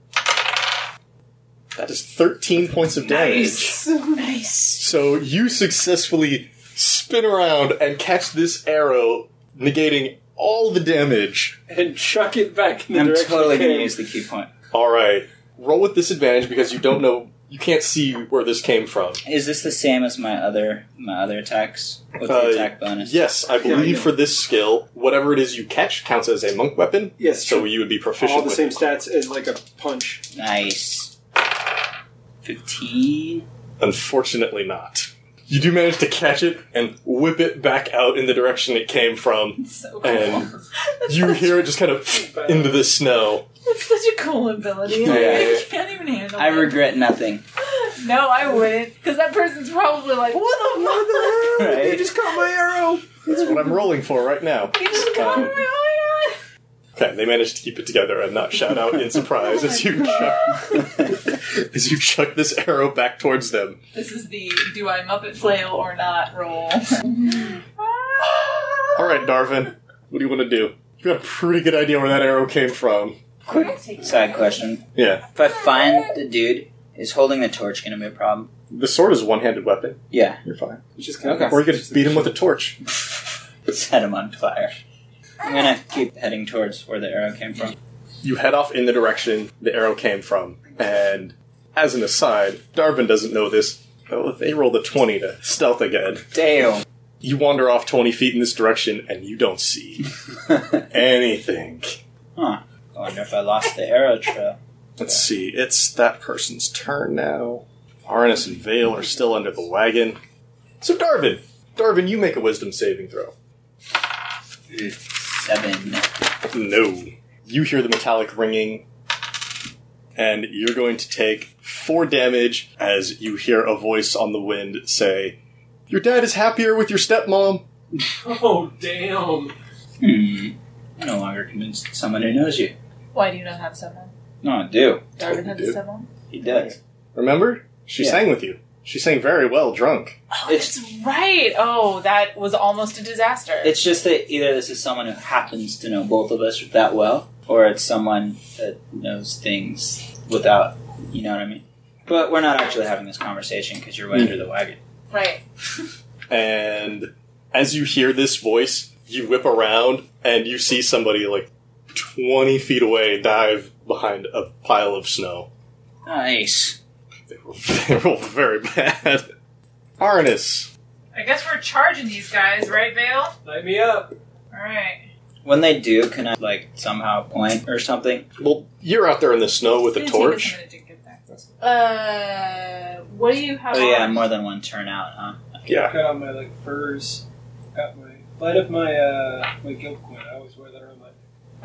A: that is 13 points of damage.
F: nice.
A: So you successfully spin around and catch this arrow, negating all the damage.
H: and chuck it back in the
D: I'm
H: direction
D: totally
H: it
D: going
H: came.
D: to use the key point.
A: All right, roll with disadvantage because you don't know, you can't see where this came from.
D: Is this the same as my other my other attacks? What's
A: Uh,
D: the attack bonus?
A: Yes, I
H: Yeah, I
A: believe
H: know.
A: for this skill, whatever it is you catch counts as a monk weapon.
H: Yes,
A: so
H: true.
A: you would be proficient
H: all the
A: with
H: same
A: it.
H: stats as like a punch.
D: Nice. 15.
A: Unfortunately, not. You do manage to catch it and whip it back out in the direction it came from.
F: It's so cool.
A: And [laughs] you hear it just kind of into the snow.
F: That's such a cool ability.
A: [laughs]
F: Like,
A: Yeah.
F: I can't even handle
D: I
F: it.
D: regret nothing. [laughs]
F: No, I wouldn't. Because that person's probably like, what the fuck?
H: [laughs]
D: Right?
H: just caught my arrow.
A: That's what I'm rolling for right now.
F: You just got
A: Um,
F: me. Oh
A: Okay, they managed to keep it together and not shout out in surprise as you chuck, as you chuck this arrow back towards them.
F: my god. This is the do I Muppet flail or not roll.
A: All right, Darvin, what do you want to do? You got a pretty good idea where that arrow came from.
D: Side question.
A: Yeah,
D: If I find the dude, is holding the torch going to be a problem?
A: the sword is a one-handed weapon.
D: Yeah.
A: You're fine.
H: It's just kind
D: Okay.
H: of
A: Or you could beat him with a torch.
D: [laughs] Set him on fire. I'm going to keep heading towards where the arrow came from.
A: You head off in the direction the arrow came from, and as an aside, Darvin doesn't know this. Oh, they rolled a twenty to stealth again.
D: Damn. [laughs]
A: You wander off twenty feet in this direction, and you don't see
D: I
A: anything.
D: wonder if I lost the arrow trail.
A: Let's see, it's that person's turn now. Arnis and Vale are still under the wagon. So, Darvin, Darvin, you make a wisdom saving throw.
D: Seven.
A: No. You hear the metallic ringing, and you're going to take four damage as you hear a voice on the wind say, Your dad is happier with your stepmom.
G: Oh, damn.
D: Hmm. I'm no longer convinced it's someone who knows you.
F: Why do you not have someone?
D: No, I do.
F: Darwin
A: you
F: had
A: do.
F: someone?
D: He does.
A: Remember? She
D: Yeah.
A: sang with you. She sang very well drunk.
F: Oh,
D: It's-
F: that's right. Oh, that was almost a disaster.
D: It's just that either this is someone who happens to know both of us that well, or it's someone that knows things without, you know what I mean? But we're not actually having this conversation because you're way
A: Hmm.
D: under the wagon.
F: right.
A: And as you hear this voice, you whip around and you see somebody like 20 feet away dive behind a pile of snow.
D: Nice.
A: They were, [laughs] they were very bad. Arnis.
F: I guess we're charging these guys, right, Vale?
G: Light me up.
F: Alright.
D: When they do, can I, like, somehow point or something?
A: Well, you're out there in the snow with a
F: It's gonna
A: torch.
F: take us a minute to get back. Uh, what do you have
D: Oh, yeah,
F: on?
D: more than one turnout, huh?
A: Yeah.
G: Got on my like furs. Got my light up my uh my guild coin. I always wear that around my.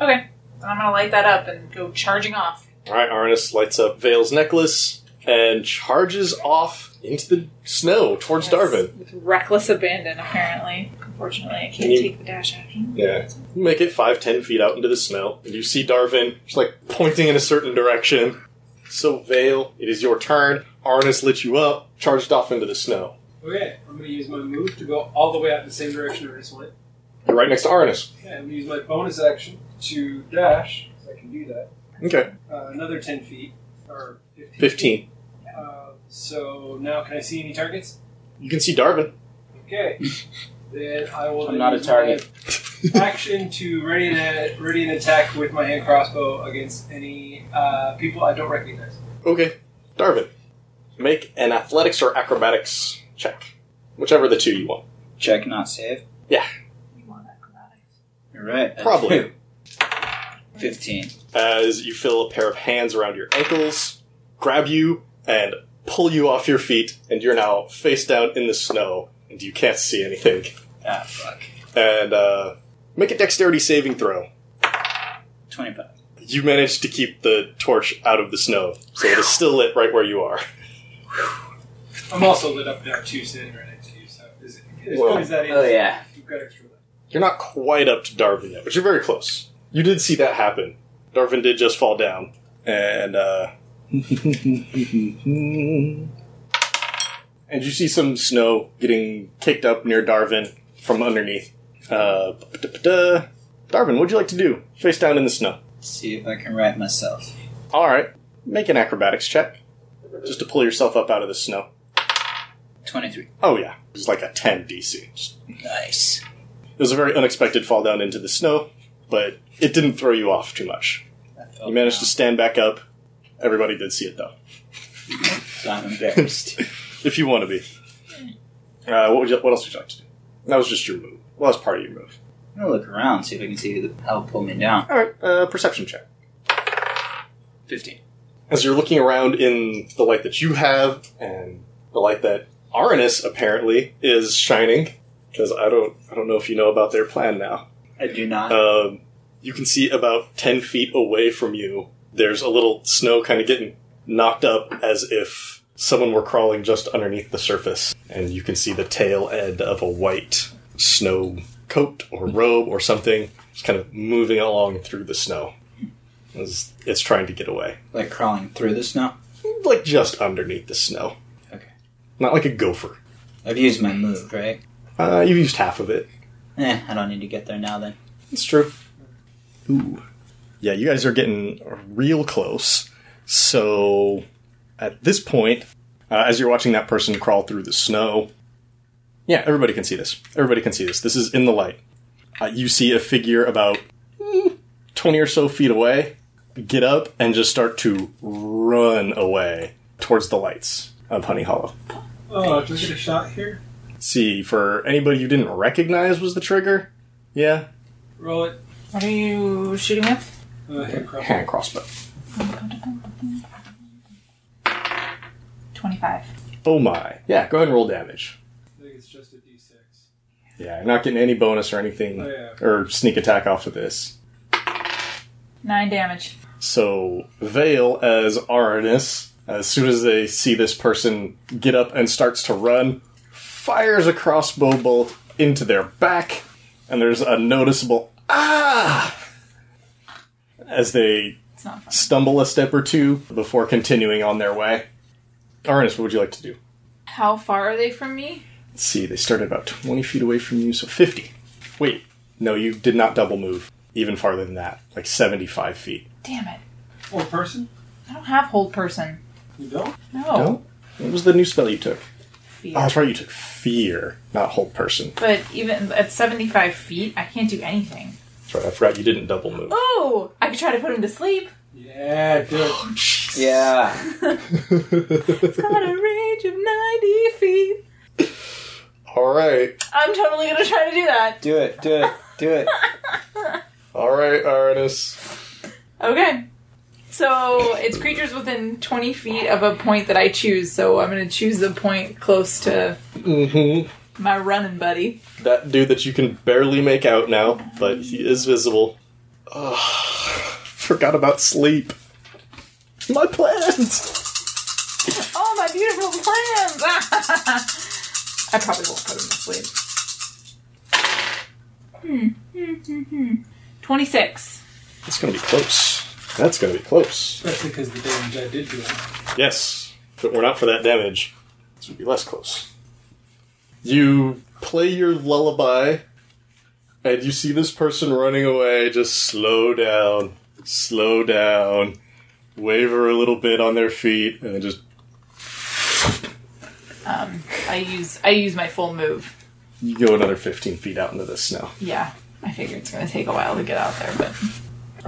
F: Okay. Then I'm gonna light that up and go charging off.
A: Alright, Arnis lights up Vale's necklace and charges off into the snow towards
F: Yes.
A: Darvin.
F: With reckless abandon, apparently. Unfortunately, I can't
A: you-
F: take the dash action.
A: Yeah. You make it five, ten feet out into the snow, and you see Darvin just like pointing in a certain direction. So, Vale, it is your turn. Arnis lit you up, charged off into the snow.
I: Oh,
G: Okay, I'm gonna use my move to go all the way out in the same direction I just went.
A: You're right next to Arnis.
G: Okay, I'm gonna use my bonus action to dash
I: I can do that.
A: Okay.
I: Uh, another 10 feet, or 15.
A: 15.
I: Uh, so now can I see any targets?
A: You can see [laughs] Darvin.
D: [laughs]
I: Okay. then I will.
D: I'm
I: then
D: not a
I: use
D: target.
I: my action to ready an, ready an attack with my hand crossbow against any uh, people I don't recognize.
A: Okay. Darvin, make an athletics or acrobatics check. Whichever of the two you want.
D: Check, not save.
F: You want acrobatics.
D: All right. a
A: Probably.
D: two. 15.
A: as you feel a pair of hands around your ankles, grab you, and pull you off your feet, and you're now face down in the snow, and you can't see anything.
D: Ah, fuck.
A: And uh, make a dexterity saving throw.
D: 25.
A: You manage to keep the torch out of the snow, so it is still lit right where you are.
I: I'm also lit up there too, sitting right next to you. So is it, as
A: Well,
I: good as that is,
D: Oh, yeah.
I: you've got extra light.
A: You're not quite up to Darvin yet, but you're very close. You did see that happen. Darvin did just fall down, and uh, [laughs] and you see some snow getting kicked up near Darvin from underneath. Uh, ba-da-ba-da. Darvin, what'd you like to do? Face down in the snow.
D: See if I can right myself.
A: All right, make an acrobatics check just to pull yourself up out of the snow.
D: 23.
A: Oh yeah, it's like a ten DC. Just
D: Nice.
A: It was a very unexpected fall down into the snow, but it didn't throw you off too much. You managed to stand back up. Everybody did see it [laughs] though,
D: So I'm
A: [laughs]
D: embarrassed.
A: if you want to be. Uh, what, would you, what else would you like to do? That was just your move. Well, that's part of your move.
D: I'm going to look around, see if I can see who the hell pulled me down.
A: All right, uh, perception check.
D: 15.
A: As you're looking around in the light that you have and the light that Aranus apparently is shining, because I don't, I don't know if you know about their plan now.
D: I do not.
A: um, you can see about 10 feet away from you, there's a little snow kind of getting knocked up as if someone were crawling just underneath the surface. And you can see the tail end of a white snow coat or robe or something just kind of moving along through the snow. It's, it's trying to get away.
D: like crawling through the snow.
A: Like just underneath the snow.
D: Okay.
A: Not like a gopher.
D: I've used my move, right?
A: Uh, you've used half of it.
D: Eh, I don't need to get there now then.
A: It's true. Ooh. Yeah, you guys are getting real close. So at this point, uh, as you're watching that person crawl through the snow, yeah, everybody can see this. Everybody can see this. This is in the light. Uh, you see a figure about mm, 20 or so feet away get up and just start to run away towards the lights of Honey Hollow.
I: Oh, do we get a shot here?
A: See, for anybody you didn't recognize was the trigger, yeah,
I: Roll it.
B: What are you shooting with?
I: Uh, hand crossbow.
A: hand crossbow.
B: 25.
A: Oh my. Yeah, go ahead and roll damage.
I: I think it's just a d6.
A: Yeah, you're not getting any bonus or anything
I: Oh, yeah.
A: or sneak attack off of this.
B: 9 damage.
A: So Vale as Aranus, as soon as they see this person get up and starts to run, fires a crossbow bolt into their back, and there's a noticeable ah as they
B: It's not fun.
A: stumble a step or two before continuing on their way. Aranus, what would you like to do?
F: How far are they from me?
A: Let's see, they started about 20 feet away from you, so 50. Wait, no, you did not double move. Even farther than that, like 75 feet.
B: Damn it.
I: Or Oh, person?
B: I don't have hold person.
I: You don't?
B: No.
F: Oh.
A: No? What was the new spell you took?
B: Fear.
A: Oh, that's right, you took fear, not hold person.
B: But even at 75 feet, I can't do anything.
A: That's right, I forgot you didn't double move.
B: Oh! I could try to put him to sleep.
I: Yeah, do it.
A: [laughs]
D: Yeah.
B: Got a range of 90 feet.
A: all right,
B: I'm totally gonna try to do that.
D: Do it, do it, do it.
A: all right, Aranus.
F: Okay. So it's creatures within 20 feet of a point that I choose. So I'm going to choose the point close to
A: Mm-hmm.
F: my running buddy.
A: That dude that you can barely make out now, but he is visible. Ugh, [sighs] forgot about sleep. My plans!
F: Oh, my beautiful [laughs] plans! I probably won't put him to sleep. Hmm. 26.
A: It's gonna be close. That's gonna be close.
I: Especially because the damage I did do it.
A: Yes. If it were not for that damage, this would be less close. You play your lullaby, and you see this person running away just slow down. slow down, waver a little bit on their feet, and then just
F: I use I use my full move.
A: you go another 15 feet out into the snow.
F: Yeah, I figure it's going to take a while to get out there,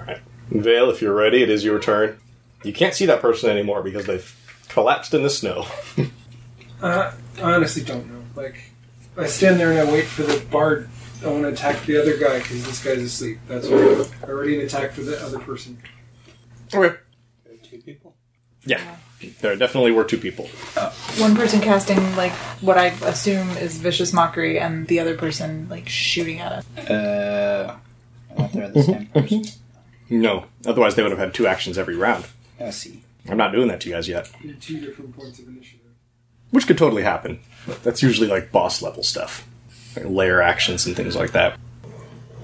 F: but
A: Vale, if you're ready, it is your turn. You can't see that person anymore because they've collapsed in the snow.
I: Uh, I honestly don't know. Like, I stand there and I wait for the bard. I want to attack the other guy because this guy's asleep. That's what I do. I already attack for the other person.
A: Okay.
D: Two people.
A: Yeah. There definitely were two people.
F: one person casting like what I assume is vicious mockery, and the other person like shooting at us.
D: Uh, I thought they were
A: [laughs]
D: the same person.
A: No. Otherwise, they would have had two actions every round.
D: I see.
A: I'm not doing that to you guys yet.
I: You're two different points of initiative.
A: Which could totally happen. But that's usually like boss level stuff, like layer actions and things like that.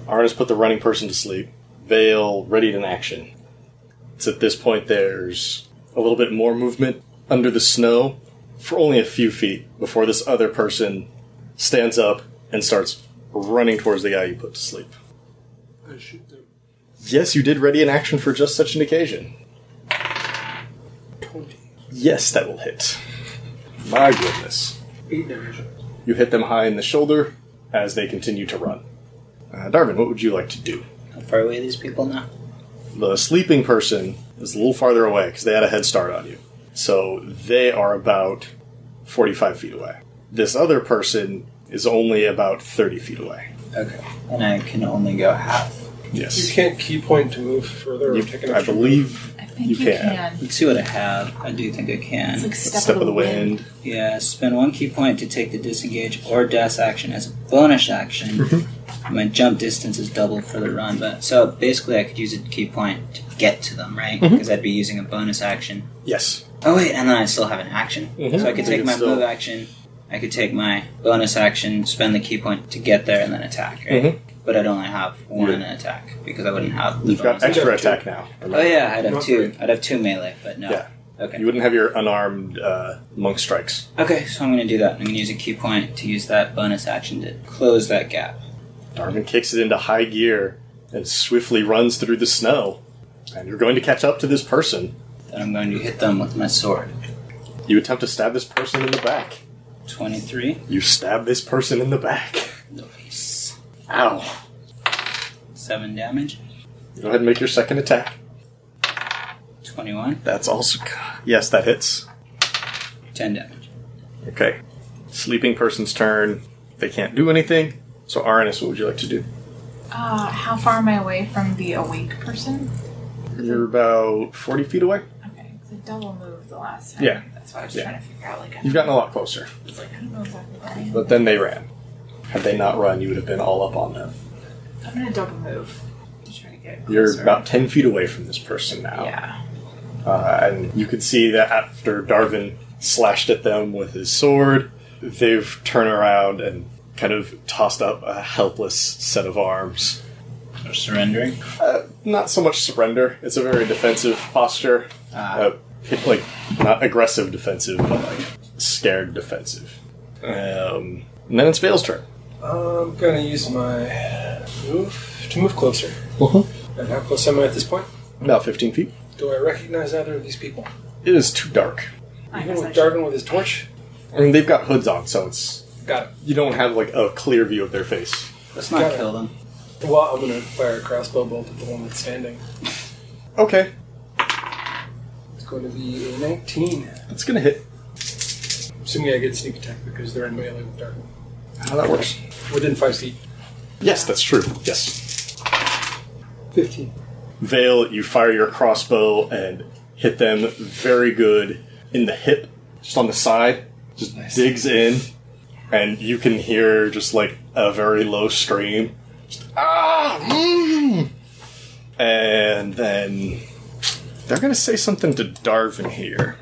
A: Arnis put the running person to sleep. Vale readied an action. It's at this point there's a little bit more movement under the snow for only a few feet before this other person stands up and starts running towards the guy you put to sleep.
I: I shoot them.
A: Yes, you did ready an action for just such an occasion.
I: 20.
A: Yes, that will hit. My goodness.
I: Eight damage.
A: You hit them high in the shoulder as they continue to run. Uh, Darvin, what would you like to do?
D: How far away are these people now?
A: The sleeping person is a little farther away because they had a head start on you. So they are about 45 feet away. This other person is only about 30 feet away.
D: Okay. And I can only go half.
A: Yes.
I: You can't key point to move further or
A: You-
I: take an
A: I
I: action.
A: believe
F: I think
A: You can.
D: Let's see what I have. I do think I can.
F: It's like
A: Step,
F: step,
A: of the Wind.
D: Yeah, spend one key point to take the disengage or dash action as a bonus action.
A: Mm-hmm.
D: My jump distance is double for the run, but so basically I could use a key point to get to them, right?
A: Mm-hmm.
D: Because I'd be using a bonus action.
A: Yes.
D: Oh wait, and then I still have an action,
A: Mhm.
D: so I could
A: You
D: take
A: can
D: my
A: still-
D: move action. I could take my bonus action, spend the key point to get there, and then attack. Right?
A: Mhm.
D: But I'd only have one attack because I wouldn't have. The
A: You've got
D: bonus action.
A: extra attack now.
D: Oh yeah, I'd have
I: Not
D: two. I'd have two melee, but no.
A: Yeah.
D: Okay.
A: You wouldn't have your unarmed uh, monk strikes.
D: Okay, so I'm going to do that. I'm going to use a key point to use that bonus action to close that gap.
A: Darwin kicks it into high gear and swiftly runs through the snow. And you're going to catch up to this person.
D: Then I'm going to hit them with my sword.
A: You attempt to stab this person in the back.
D: 23.
A: You stab this person in the back.
D: Nice.
A: Ow.
D: 7 damage.
A: Go ahead and make your second attack.
D: 21.
A: That's also. Yes, that hits.
D: 10 damage.
A: Okay. Sleeping person's turn. They can't do anything. So, Arnis, what would you like to do?
F: Uh, how far am I away from the awake person?
A: You're about 40 feet away.
F: Okay, 'cause I double moved the last time.
A: Yeah.
F: that's why I was
A: Yeah.
F: trying to figure out. Like, I
A: You've gotten a lot closer.
F: was like, I don't know exactly where I am.
A: But then they ran. Had they not run, you would have been all up on them.
F: I'm gonna double move to try to get.
A: You're
F: closer.
A: about 10 feet away from this person now.
F: Yeah.
A: Uh, and you could see that after Darvin slashed at them with his sword, they've turned around and kind of tossed up a helpless set of arms.
D: Or surrendering.
A: Uh, not so much surrender, it's a very defensive posture. Uh, like, not aggressive defensive, but like scared defensive. Um, and then it's Vale's turn.
I: I'm gonna use my move to move closer.
A: Uh-huh.
I: And how close am I at this point?
A: About 15 feet.
I: Do I recognize either of these people?
A: It is too dark.
F: I
I: Even
F: guess I
I: with
F: should-
I: Darvin with his torch?
A: I mean, they've got hoods on, so it's.
I: Got
A: You don't have like a clear view of their face.
D: Let's not
I: Got it.
D: kill them.
I: it. Well, I'm gonna fire a crossbow bolt at the one that's standing.
A: Okay,
I: It's going to be a 19.
A: it's gonna hit.
I: Assuming I get sneak attack because they're in melee with Darvin.
A: How that works.
I: Within 5 feet.
A: Yes, that's true. Yes.
I: 15.
A: Vale, you fire your crossbow and hit them very good in the hip, just on the side. Just digs in, and you can hear just like a very low scream. Just, ah! mm." And then they're going to say something to Darvin here.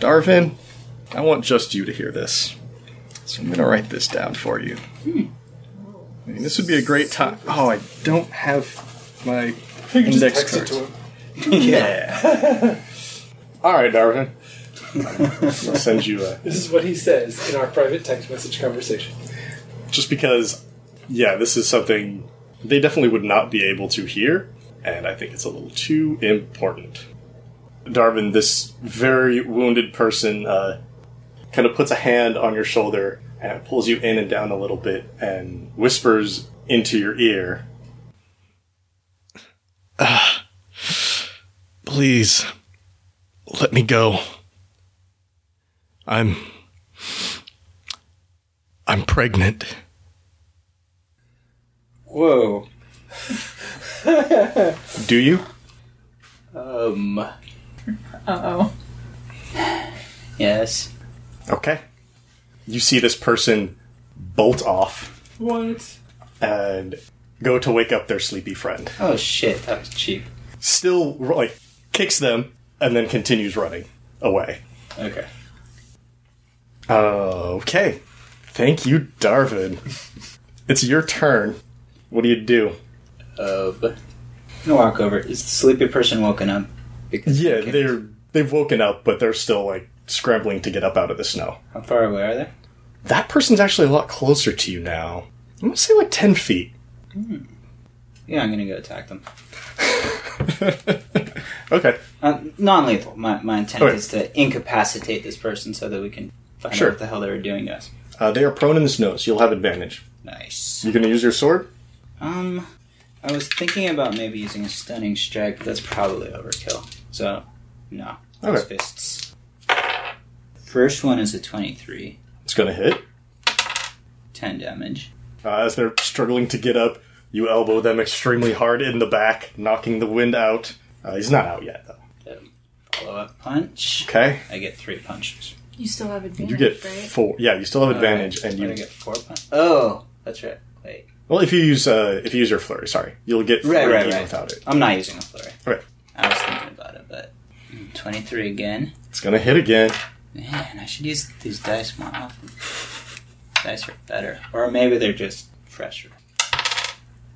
A: Darvin, I want just you to hear this. So I'm going to write this down for you. I mean, this would be a great time. Oh, I don't have my index
I: Text it
A: cards.
I: to him.
A: Yeah. All right, Darvin. I'll send you a.
I: This is what he says in our private text message conversation.
A: Just because, yeah, this is something they definitely would not be able to hear, and I think it's a little too important. Darvin, this very wounded person, uh, kind of puts a hand on your shoulder and pulls you in and down a little bit and whispers into your ear.
E: [sighs] Please, let me go. I'm. I'm pregnant.
D: Whoa.
A: Do you?
D: Um.
F: Uh oh.
D: Yes.
A: Okay. You see this person bolt off
I: What?
A: and go to wake up their sleepy friend.
D: Oh shit, that was cheap.
A: Still, like, kicks them and then continues running away.
D: Okay.
A: Okay. Thank you, Darvin. [laughs] It's your turn. What do you do?
D: Uh, but I'm gonna walk over. Is the sleepy person woken up? Because
A: Yeah,
D: okay.
A: they're they've woken up, but they're still like scrambling to get up out of the snow.
D: How far away are they?
A: That person's actually a lot closer to you now. I'm gonna say like ten feet.
D: Yeah, I'm gonna go attack them.
A: Okay.
D: Uh, non-lethal. My, my intent
A: Okay.
D: is to incapacitate this person so that we can find
A: Sure.
D: out what the hell they were doing to us.
A: Uh, they are prone in the snow, so you'll have advantage.
D: Nice.
A: You gonna use your sword?
D: Um, I was thinking about maybe using a stunning strike, but that's probably overkill. So, no. Those
A: Okay.
D: Fists. First one is a 23,
A: It's gonna hit.
D: 10 damage.
A: Uh, as they're struggling to get up, you elbow them extremely hard in the back, knocking the wind out. Uh, he's not out yet, though.
D: Follow up punch.
A: Okay.
D: I get three punches.
F: You still have advantage,
A: You get
F: right?
A: four. Yeah, you still have advantage,
D: Alright,
A: and
D: what do
A: you
D: I get four punches. Oh, that's right. Wait,
A: Well, if you use uh, if you use your flurry, sorry, you'll get flurry
D: Right, right,
A: even
D: right.
A: without it.
D: I'm not using a flurry.
A: Alright.
D: I was thinking about it, but Mm, 23 again.
A: It's gonna hit again.
D: Man, I should use these dice more often. Dice are better, or maybe they're just fresher.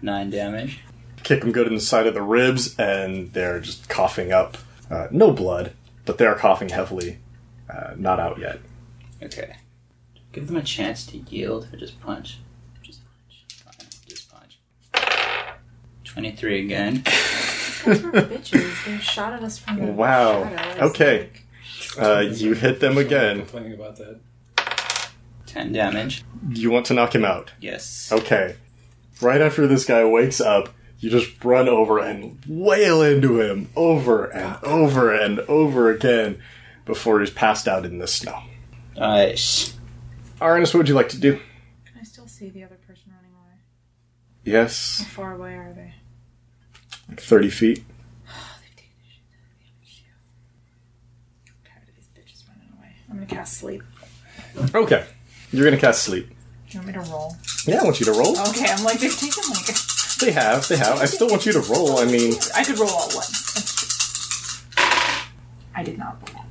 D: Nine damage.
A: Kick them good in the side of the ribs, and they're just coughing up. Uh, no blood, but they are coughing heavily. Uh, not out yet.
D: Okay. Give them a chance to yield or just punch. Just punch. Fine. Just punch. 23 again.
F: Those were bitches. They shot at us from the
A: Wow.
F: shadows.
A: Okay. Uh, you hit them again.
I: Complaining about that.
D: 10 damage.
A: You want to knock him out.
D: Yes.
A: Okay. Right after this guy wakes up, you just run over and wail into him over and over and over again before he's passed out in the snow.
D: Nice.
A: Arnis, what would you like to do?
F: Can I still see the other person running away?
A: Yes,
F: How far away are they?
A: 30 feet.
F: Oh, they've taken a shit ton of damage too. I'm tired of these bitches running away. I'm gonna cast sleep.
A: Okay. You're gonna cast sleep.
F: Do you want me to roll?
A: Yeah, I want you to roll.
F: Okay, I'm like, they've taken like.
A: They have, they have. I still want you to roll. I mean,
F: I could roll all once. That's true. I did not roll all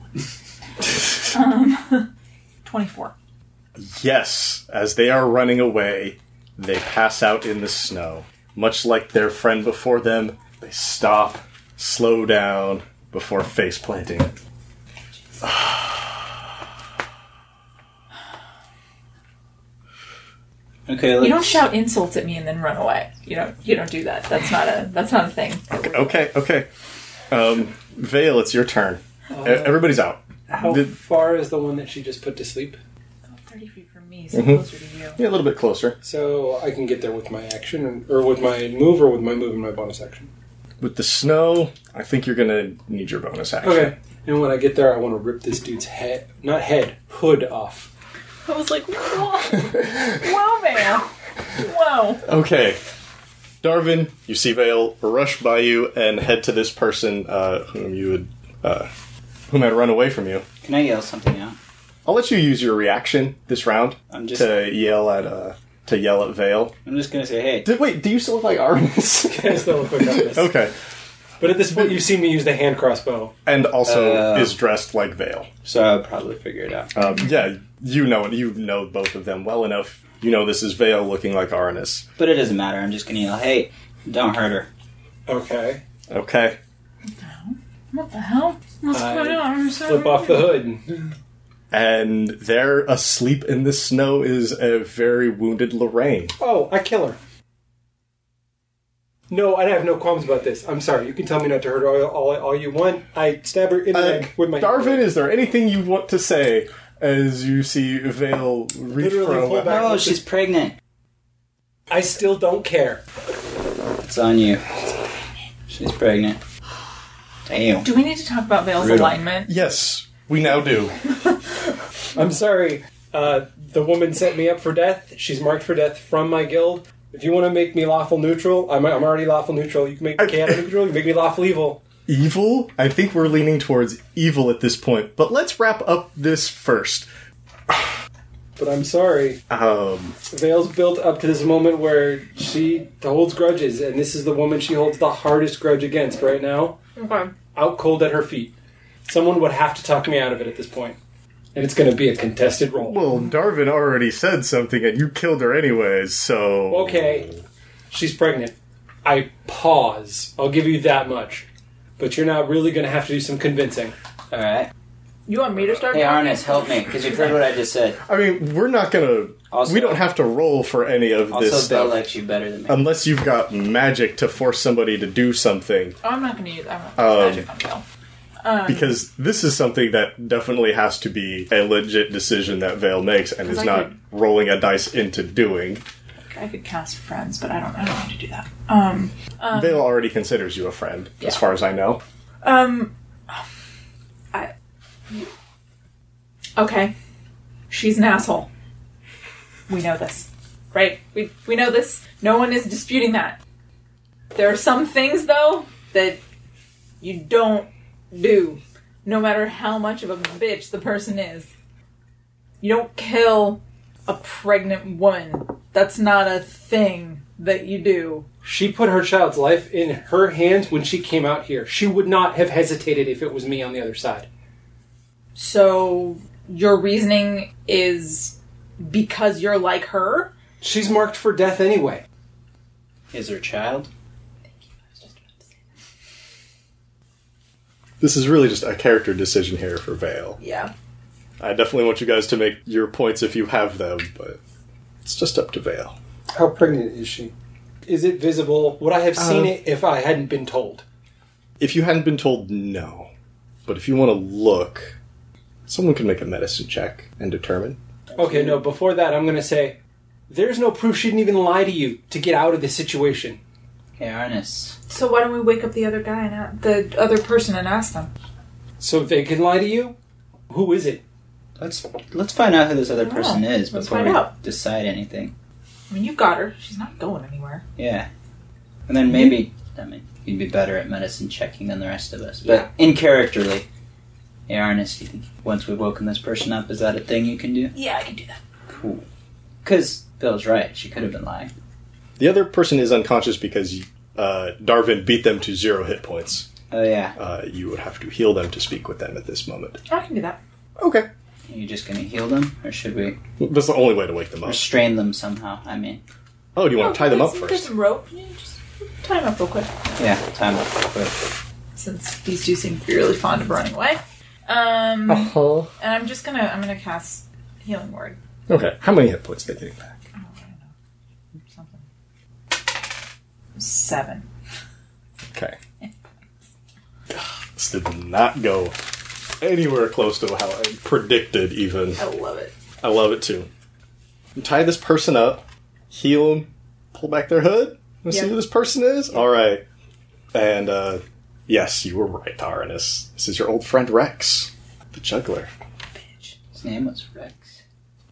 G: [laughs]
F: once. um, [laughs] 24.
A: yes, as they are running away, they pass out in the snow. Much like their friend before them, they stop, slow down before face planting.
D: Okay, let's.
F: You don't shout insults at me and then run away. You don't. You don't do that. That's not a. That's not a thing.
A: Okay, okay. Um, Vale, it's your turn. E-
D: Uh,
A: Everybody's out.
G: How
A: Did-
G: far is the one that she just put to sleep?
F: Oh, 30 feet from me, so
A: Mhm.
F: closer to you.
A: Yeah, a little bit closer.
G: So I can get there with my action, or, or with my move, or with my move and my bonus action.
A: With the snow, I think you're gonna need your bonus action.
G: Okay. And when I get there, I want to rip this dude's head, not head,
I: [laughs]
G: hood off.
F: I was like, whoa, whoa, man, whoa.
A: Okay. Darvin, you see Vale rush by you and head to this person uh, whom you would, uh, whom had run away from you.
D: Can I yell something out?
A: I'll let you use your reaction this round
D: I'm just-
A: to yell at uh, to yell at Vale.
D: I'm just gonna say, hey.
A: Did, wait, do you still look like
D: [laughs]
A: Arnis?
G: That's the
A: [laughs]
G: quick on this.
A: okay,
G: But at this point, you've seen me use the hand crossbow.
A: and also
D: Uh.
A: is dressed like Vale.
D: So I'll probably figure it out.
A: Um, yeah, you know you know both of them well enough. You know this is Vale looking like Arnis.
D: But it doesn't matter. I'm just gonna yell, hey, don't hurt her.
G: Okay.
A: Okay,
F: What the hell? What's
G: I
F: going on? I'm sorry.
G: Flip off the hood.
A: and there asleep in the snow is a very wounded Lorraine.
G: Oh, I kill her. No, and I have no qualms about this. I'm sorry. You can tell me not to hurt her all, all, all you want. I stab her in the
A: Uh,
G: neck with my
A: Darvin, is there anything you want to say as you see Vale reach
G: Literally
A: for a
G: pull
A: weapon?
G: back.
D: Oh, she's pregnant.
G: I still don't care.
D: It's on you. She's pregnant. Damn.
F: Do we need to talk about Vale's
D: Riddle.
F: alignment?
A: Yes, we now do.
G: I'm sorry. Uh, the woman set me up for death. She's marked for death from my guild. If you want to make me lawful neutral, I'm, I'm already lawful neutral. You can make me chaotic neutral. You can make me lawful evil.
A: Evil? I think we're leaning towards evil at this point, but let's wrap up this first.
G: But I'm sorry.
A: Um,
G: Vale's built up to this moment where she holds grudges, and this is the woman she holds the hardest grudge against right now.
F: Okay.
G: Out cold at her feet. Someone would have to talk me out of it at this point. And it's going to be a contested roll.
A: well, Darvin already said something and you killed her anyways, so.
G: Okay, she's pregnant. I pause. I'll give you that much. But you're now really going to have to do some convincing.
D: Alright.
F: You want me to start?
D: Hey,
F: talking?
D: Arnis, help me, because you've heard what I just said.
A: I mean, we're not gonna.
D: Also,
A: we don't have to roll for any of
D: Also,
A: this
D: Belle
A: stuff. Oh.
D: likes you better than me.
A: Unless you've got magic to force somebody to do something,
F: Oh, I'm not going to use. I'm not going to use magic on Vale. Um,
A: because this is something that definitely has to be a legit decision that Vale makes and is
F: I
A: not
F: could-
A: rolling a dice into doing.
F: I could cast friends, but I don't. I don't want to do that. Um.
A: Vale already considers you a friend, as
F: Yeah.
A: far as I know.
F: Um. I. Okay. She's an asshole. We know this, right? We we know this. No one is disputing that. There are some things though that you don't do, no matter how much of a bitch the person is. You don't kill a pregnant woman. That's not a thing that you do.
G: She put her child's life in her hands when she came out here. She would not have hesitated if it was me on the other side.
F: So your reasoning is because you're like her?
G: She's marked for death anyway.
D: Is her child?
A: This is really just a character decision here for Vale.
F: Yeah.
A: I definitely want you guys to make your points if you have them, but it's just up to Vale.
I: How pregnant is she?
G: Is it visible? Would I have seen
E: Uh,
A: Um,
G: it if I hadn't been told?
A: If you hadn't been told no, but if you want to look, someone can make a medicine check and determine.
G: Okay, no, before that, I'm going to say there's no proof she didn't even lie to you to get out of this situation.
D: Hey, Arnis.
F: So why don't we wake up the other guy and a- the other person and ask them?
G: So if they can lie to you, who is it?
D: Let's let's find out who this other
F: Yeah,
D: person is
F: let's
D: before
F: find
D: we
F: out.
D: decide anything.
F: I mean, you got her. She's not going anywhere.
D: Yeah. And then maybe I mean you'd be better at medicine checking than the rest of us. But in characterly. Hey Arnis, you think once we've woken this person up, is that a thing you can do?
F: Yeah, I can do that.
D: Cool. Cause Bill's right, she could have been lying.
A: The other person is unconscious because uh, Darvin beat them to zero hit points.
D: Oh yeah.
A: Uh, you would have to heal them to speak with them at this moment.
F: I can do that.
A: Okay.
D: Are you just gonna heal them? Or should we
A: That's the only way to wake them up.
D: restrain them somehow? I mean
A: Oh, do you want to tie them up
F: Get some- Get
A: first?
F: some rope. Yeah, just tie them up real quick.
D: yeah, time up quick.
F: Since these two seem to be really fond of running away. Um,
A: Uh-huh.
F: and I'm just gonna I'm gonna cast healing word.
A: Okay. How many hit points are they getting back?
F: I don't really know. Something. Seven.
A: Okay. This did not go anywhere close to how I predicted, even.
F: I love it.
A: I love it too. You tie this person up, heal them, pull back their hood, and see
F: Yeah.
A: who this person is? Alright. And, uh, yes, you were right, Taranis. This is your old friend Rex, the juggler.
F: Bitch.
D: His name was Rex.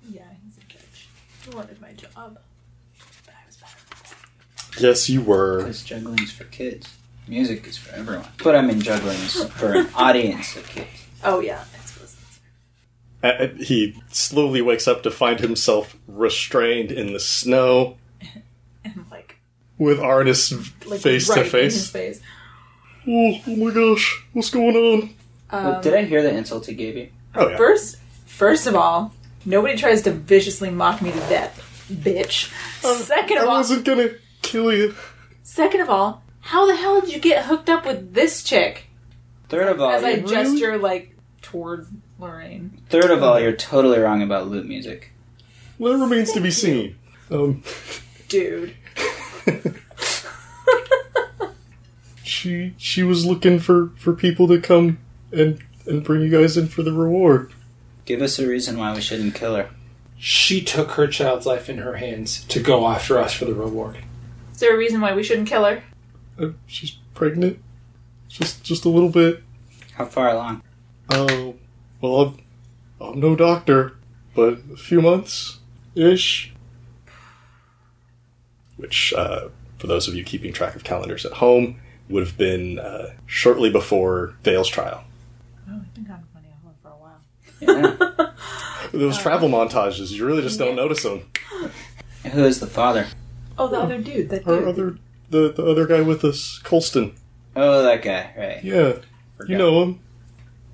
F: Yeah, he's a judge. He wanted my job. But I was better.
A: Yes, you were.
D: Because juggling's for kids. Music is for everyone. But I mean, juggling's for [laughs] an audience of kids.
F: Oh, yeah. I suppose.
A: Uh, uh, he slowly wakes up to find himself restrained in the snow
F: And, like,
A: with Arnis
F: like
A: face
F: right
A: to
F: in
A: face.
F: his face.
A: Oh, oh my gosh, what's going on?
F: Um,
D: Wait, did I hear the insult he gave you?
A: Oh yeah.
F: First, first of all, nobody tries to viciously mock me to death, bitch. second
A: I
F: of all,
A: wasn't gonna kill you.
F: second of all, how the hell did you get hooked up with this chick?
D: Third of all,
F: As I
D: you're-
F: gesture like toward Lorraine.
D: third of all, you're totally wrong about loot music.
A: Well, that remains to be seen. Um,
F: Dude.
E: she she was looking for for people to come and and bring you guys in for the reward.
D: Give us a reason why we shouldn't kill her.
G: She took her child's life in her hands to go after us for the reward.
F: Is there a reason why we shouldn't kill her?
E: Uh, she's pregnant, just just a little bit.
D: How far along?
E: Oh, well, I'm, I'm no doctor, but a few months ish.
A: which, uh, for those of you keeping track of calendars at home, would have been uh, shortly before Vale's trial.
F: Oh, I've been gone from Manila for a while.
D: [laughs] Yeah.
A: Those travel montages, you really just don't notice them.
D: And Who is the father?
F: Oh, the other dude. That
E: Our
F: dude.
E: other the the other guy with us, Colston.
D: Oh, that guy, right.
E: Yeah, you know him.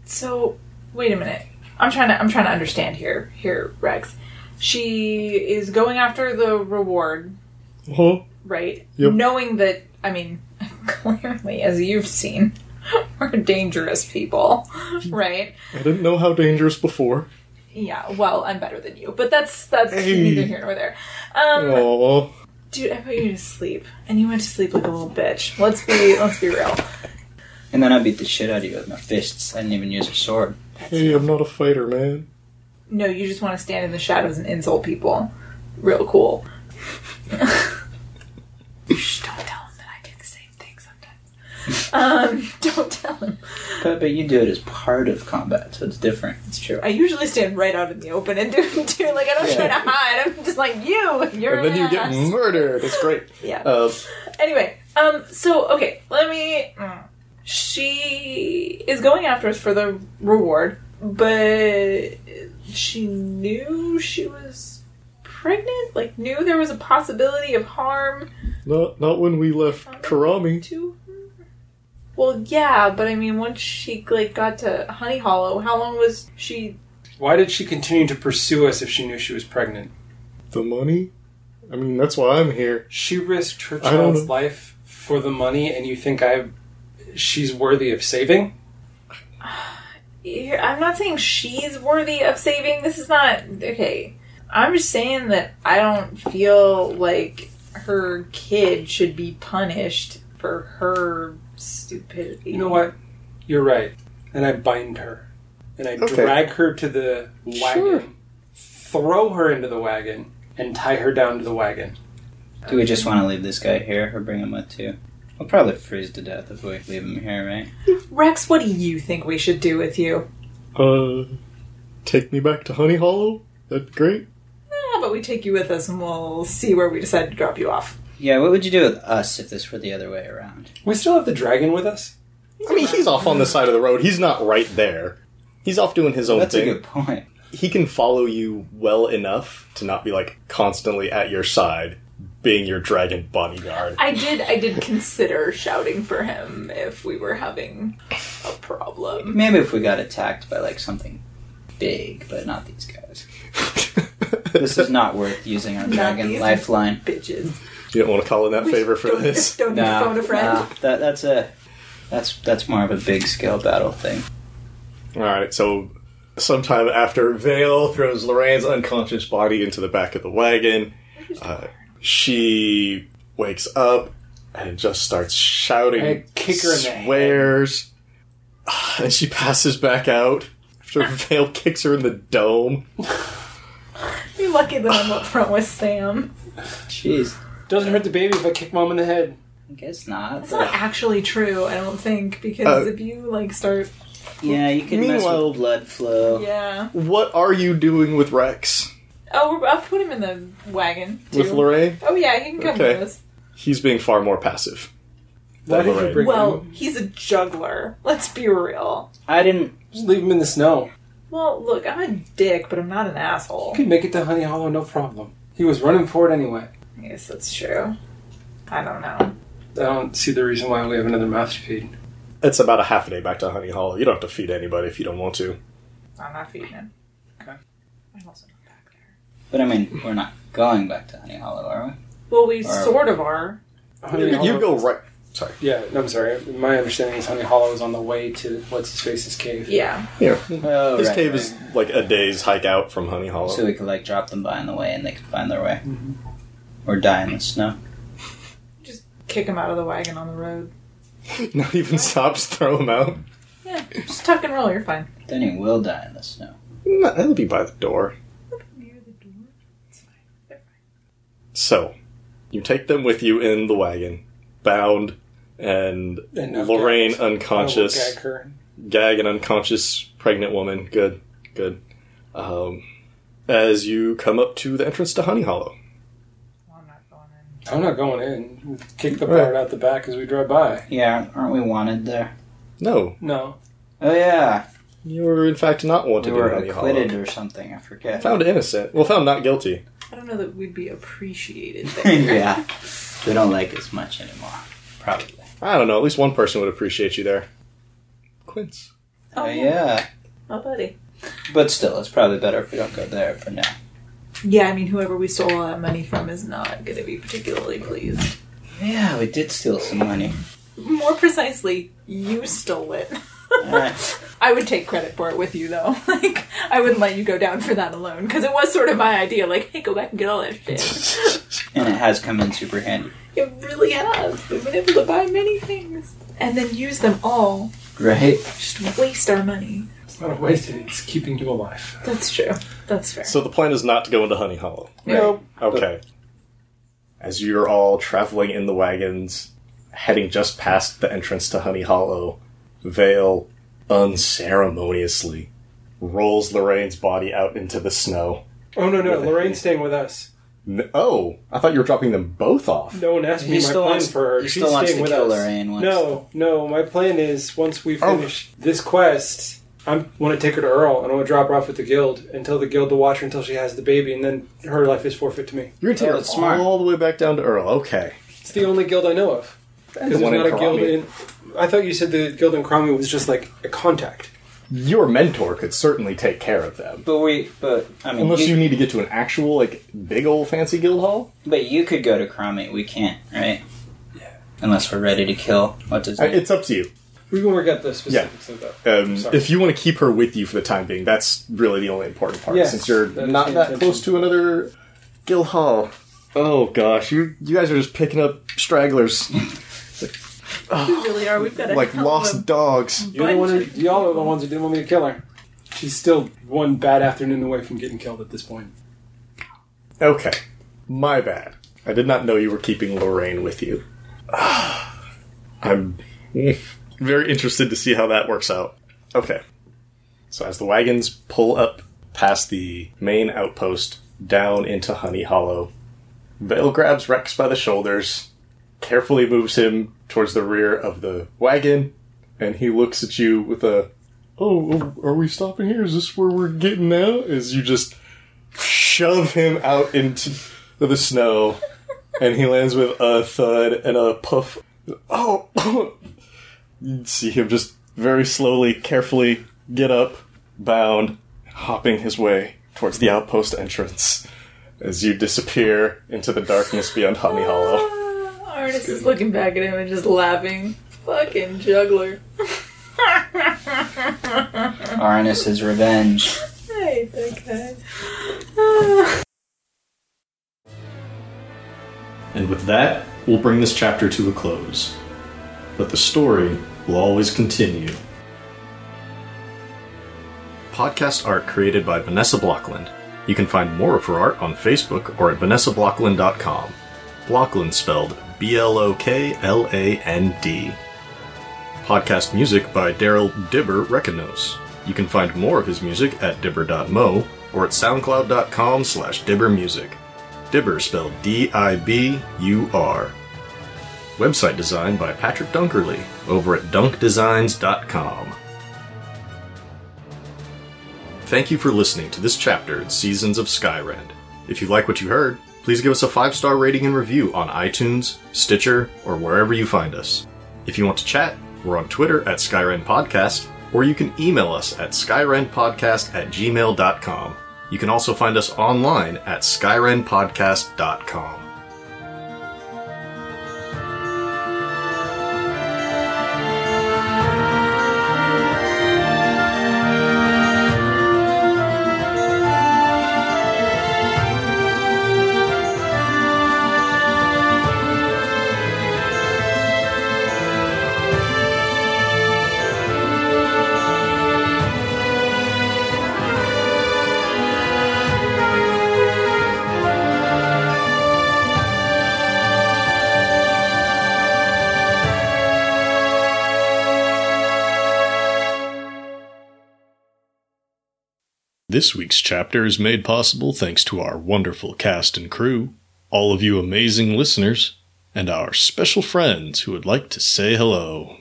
F: So, wait a minute. I'm trying to I'm trying to understand here. Here, Rex. She is going after the reward,
E: Huh?
F: right?
E: Yep.
F: Knowing that I mean, [laughs] clearly as you've seen, [laughs] we're dangerous people, [laughs] right?
E: I didn't know how dangerous before.
F: Yeah, well, I'm better than you, but that's that's
E: Hey.
F: neither here nor there. Um,
E: Aww.
F: dude, I put you to sleep, and you went to sleep like a little bitch. Let's be let's be real.
D: And then I beat the shit out of you with my fists. I didn't even use a sword.
E: Hey, I'm not a fighter, man.
F: No, you just want to stand in the shadows and insult people. Real cool. [laughs] Shh, don't tell him that I do the same thing sometimes. Um, [laughs] don't tell him.
D: But, but you do it as part of combat, so it's different.
F: It's true. I usually stand right out in the open and do [laughs] too. Like I don't try to hide. I'm just like you. You're
A: And then
F: an
A: you get
F: ass."
A: murdered. It's great.
F: Yeah.
A: Uh,
F: Anyway, um, so okay, let me. mm. She is going after us for the reward, but she knew she was pregnant. Like knew there was a possibility of harm
E: Not not when we left Karami.
F: to. her? Well, yeah, but I mean, once she like got to Honey Hollow, how long was she?
G: Why did she continue to pursue us if she knew she was pregnant?
E: The money? I mean, that's why I'm here.
G: She risked her
E: I don't
G: child's
E: know.
G: life for the money, and you think I, she's worthy of saving?
F: Here- I'm not saying she's worthy of saving. This is not okay. I'm just saying that I don't feel like her kid should be punished for her stupidity.
G: You know what? You're right. And I bind her. And I
A: Okay.
G: drag her to the wagon, throw her into the wagon, and tie her down to the wagon.
D: Do we just want to leave this guy here or bring him with too? We'll probably freeze to death if we leave him here, right?
F: Rex? What do you think we should do with you?
E: Uh, take me back to Honey Hollow? That'd be great.
F: Eh, How about we take you with us and we'll see where we decide to drop you off.
D: Yeah, what would you do with us if this were the other way around?
G: We still have the dragon with us?
A: I mean, he's off on the side of the road. He's not right there. He's off doing his own
D: That's a
A: thing.
D: good point.
A: He can follow you well enough to not be like constantly at your side, being your dragon
D: [laughs]
A: bodyguard.
F: I did. I did consider shouting for him if we were having a problem.
D: Maybe if we got attacked by like something big, but not these guys. This is not worth using
F: [laughs]
D: our dragon
F: these-
D: lifeline.
F: Bitches.
A: you don't want to call in that favor for
F: Don't-
A: this.
F: Don't need to
D: No,
F: phone a friend.
D: no, that, that's a that's that's more of a big scale battle thing.
A: All right, so sometime after Vale throws Lorraine's unconscious body into the back of the wagon, uh, she wakes up and just starts shouting,
G: I kick her in the head.
A: swears, [sighs] and she passes back out after
G: [laughs]
A: Vale kicks her in the dome.
F: You're lucky that I'm up front with Sam.
D: Jeez,
G: Doesn't hurt the baby if I kick mom in the head.
D: I guess not.
F: That's not actually true, I don't think, because
D: Oh.
A: Uh,
F: if you like start,
D: Yeah, you can mess
A: Meanwhile-
D: with blood flow.
F: yeah.
A: What are you doing with Rex?
F: Oh, we're, I'll put him in the wagon too.
A: With Lorraine,
F: oh yeah, he can come
A: Okay.
F: with us.
A: he's being far more passive.
G: Why did
A: Lorraine.
G: you bring
F: Well,
G: him?
F: he's a juggler. Let's be real.
D: I didn't.
G: Just leave him in the snow.
F: Well, look, I'm a dick, but I'm not an
G: You
F: asshole.
G: could make it to Honey Hollow, no problem. He was running for it anyway.
F: I guess that's true. I don't know.
G: I don't see the reason why we have another mouth to feed.
A: It's about a half a day back to Honey Hollow. You don't have to feed anybody if you don't want to.
F: I'm not feeding him.
G: Okay.
F: I'm also not back there.
D: But I mean, we're not going back to Honey Hollow, are we?
F: Well, we
D: All right.
F: sort of are.
G: Honey
A: You, you
G: Hollow-
A: go right. Sorry.
G: Yeah, I'm sorry. My understanding is Honey Hollow is on the way to what's his face's cave.
F: Yeah.
A: Here.
D: Oh,
A: His
D: right,
A: cave
D: right.
A: is like a day's hike out from Honey Hollow.
D: So we could like drop them by on the way, and they could find their way, or die in the snow.
F: Kick him out of the wagon on the road.
A: [laughs] Not even stops, throw him out.
F: Yeah, just tuck and roll. You're fine.
D: Then he will die in the snow.
A: No, that'll be by the door.
F: Near the door. It's fine. They're fine.
A: So, you take them with you in the wagon, bound, and,
I: And not
A: Lorraine
D: Oh,
I: gagged. I will
A: unconscious.
I: gag her.
A: gag an unconscious pregnant woman. Good, good. Um, as you come up to the entrance to Honey Hollow,
F: Well, I'm not going in.
I: I'm not going in.
G: Kick the
A: Right.
G: bird out the back as we drive by.
D: Yeah, aren't we wanted there?
A: no,
G: No.
D: Oh yeah,
A: you were in fact not
D: we
A: wanted
D: were
A: in Honey
D: acquitted
A: Hollow.
D: or something. I forget.
A: Found innocent. Well, found not guilty.
F: I don't know that we'd be
D: [laughs]
F: appreciated
D: [laughs]
F: there.
D: yeah, they don't like us much anymore. Probably.
A: I don't know. At least one person would appreciate you there. Quince.
D: Oh,
F: Oh, yeah.
D: yeah.
F: My buddy.
D: But still, it's probably better if we don't go there for now.
F: Yeah, I mean, whoever we stole all that money from is not going to be particularly pleased.
D: Yeah, we did steal some money.
F: More precisely, you stole it.
D: Eh,
F: [laughs] I would take credit for it with you, though. [laughs] Like, I wouldn't let you go down for that alone because it was sort of my idea. Like, hey, go back and get all that shit.
D: and it has come in super handy.
F: it really has. We've been able to buy many things and then use them all.
D: Right?
F: Just waste our money.
G: It's not a waste, it's keeping you alive.
F: That's true. That's fair.
A: So the plan is not to go into Honey Hollow.
D: No.
A: Okay. As you're all traveling in the wagons, heading just past the entrance to Honey Hollow, Vale unceremoniously rolls Lorraine's body out into the snow.
G: Oh no no,
A: With a-
G: Lorraine's staying with us.
A: N- Oh, I thought you were dropping them both off.
G: No one asked me
D: He
G: my
D: still
G: plan
D: wants-
G: for her.
D: he
G: She's
D: still wants
G: staying
D: to
G: with
D: kill
G: us.
D: Lorraine once-
G: No, no, my plan is once we finish this quest, I want to take her to Earl and I want to drop her off with the guild and tell the guild to watch her until she has the baby and then her life is forfeit to me.
A: You're gonna take
D: Oh,
A: her
D: that's smart.
A: all the way back down to Earl. Okay.
G: It's the only guild I know of.
A: And the
G: Because there's
A: one in
G: not a guild
A: Karami.
G: in I thought you said the guild in Cromwell was just like a contact.
A: Your mentor could certainly take care of them.
D: But we, but, I mean,
A: Unless
D: you,
A: you need to get to an actual, like, big old fancy guild hall.
D: but you could go to Cromie. We can't, right? Unless we're ready to kill. What does
A: Uh,
D: it?
A: It's up to you.
G: We can work out the specifics of that.
A: Um,
G: Sorry.
A: if you want to keep her with you for the time being, that's really the only important part.
G: Yes,
A: since you're
G: that is
A: not
G: the
A: that close
G: intention.
A: to another Guild Hall. Oh gosh, you you guys are just picking up stragglers
F: we really are. We've got a
A: like
F: hell of
A: lost dogs.
G: You're the one who, y'all are the ones who didn't want me to kill her. She's still one bad afternoon away from getting killed at this point.
A: Okay, my bad. I did not know you were keeping Lorraine with you. [sighs] I'm [laughs] very interested to see how that works out. Okay. So as the wagons pull up past the main outpost down into Honey Hollow, Vale grabs Rex by the shoulders, carefully moves him towards the rear of the wagon, and he looks at you with a, "Oh, are we stopping here? Is this where we're getting now?" As you just shove him out into the snow, and he lands with a thud and a puff. Oh, [laughs] you see him just very slowly, carefully get up, bound, hopping his way towards the outpost entrance as you disappear into the darkness beyond Honey Hollow.
F: Ah, Arnis is looking back at him and just laughing. Fucking juggler.
D: Arnis is revenge.
F: Hey, that guy. Ah.
A: And with that, we'll bring this chapter to a close. But the story will always continue. Podcast art created by Vanessa Blockland. You can find more of her art on Facebook or at vanessablockland.com. Blockland spelled B L O K L A N D. Podcast music by Daryl Dibber Reconos. You can find more of his music at dibber.mo or at soundcloud.com slash dibbermusic. Dibber spelled D I B U R. Website design by Patrick Dunkerley over at dunkdesigns.com. Thank you for listening to this chapter in Seasons of Skyrend. If you like what you heard, please give us a five star rating and review on iTunes, Stitcher, or wherever you find us. If you want to chat, we're on Twitter at Skyrend Podcast, or you can email us at skyrendpodcast at gmail.com. You can also find us online at skyrendpodcast.com. This week's chapter is made possible thanks to our wonderful cast and crew, all of you amazing listeners, and our special friends who would like to say hello.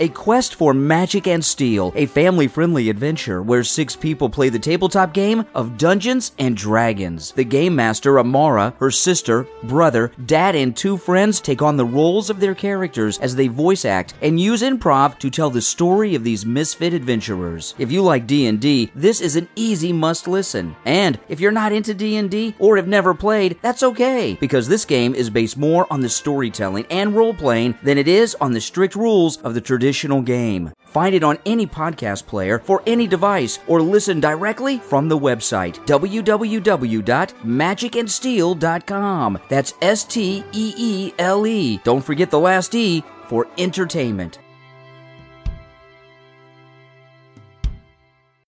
J: A quest for magic and steel, a family friendly adventure where six people play the tabletop game of Dungeons and Dragons. The game master, Amara, her sister, brother, dad, and two friends take on the roles of their characters as they voice act and use improv to tell the story of these misfit adventurers. If you like D&D, this is an easy must listen. And if you're not into D&D or have never played, that's okay because this game is based more on the storytelling and role playing than it is on the strict rules of the traditional game. Find it on any podcast player for any device or listen directly from the website www.magicandsteel.com. That's S T E E L E. Don't forget the last E for entertainment.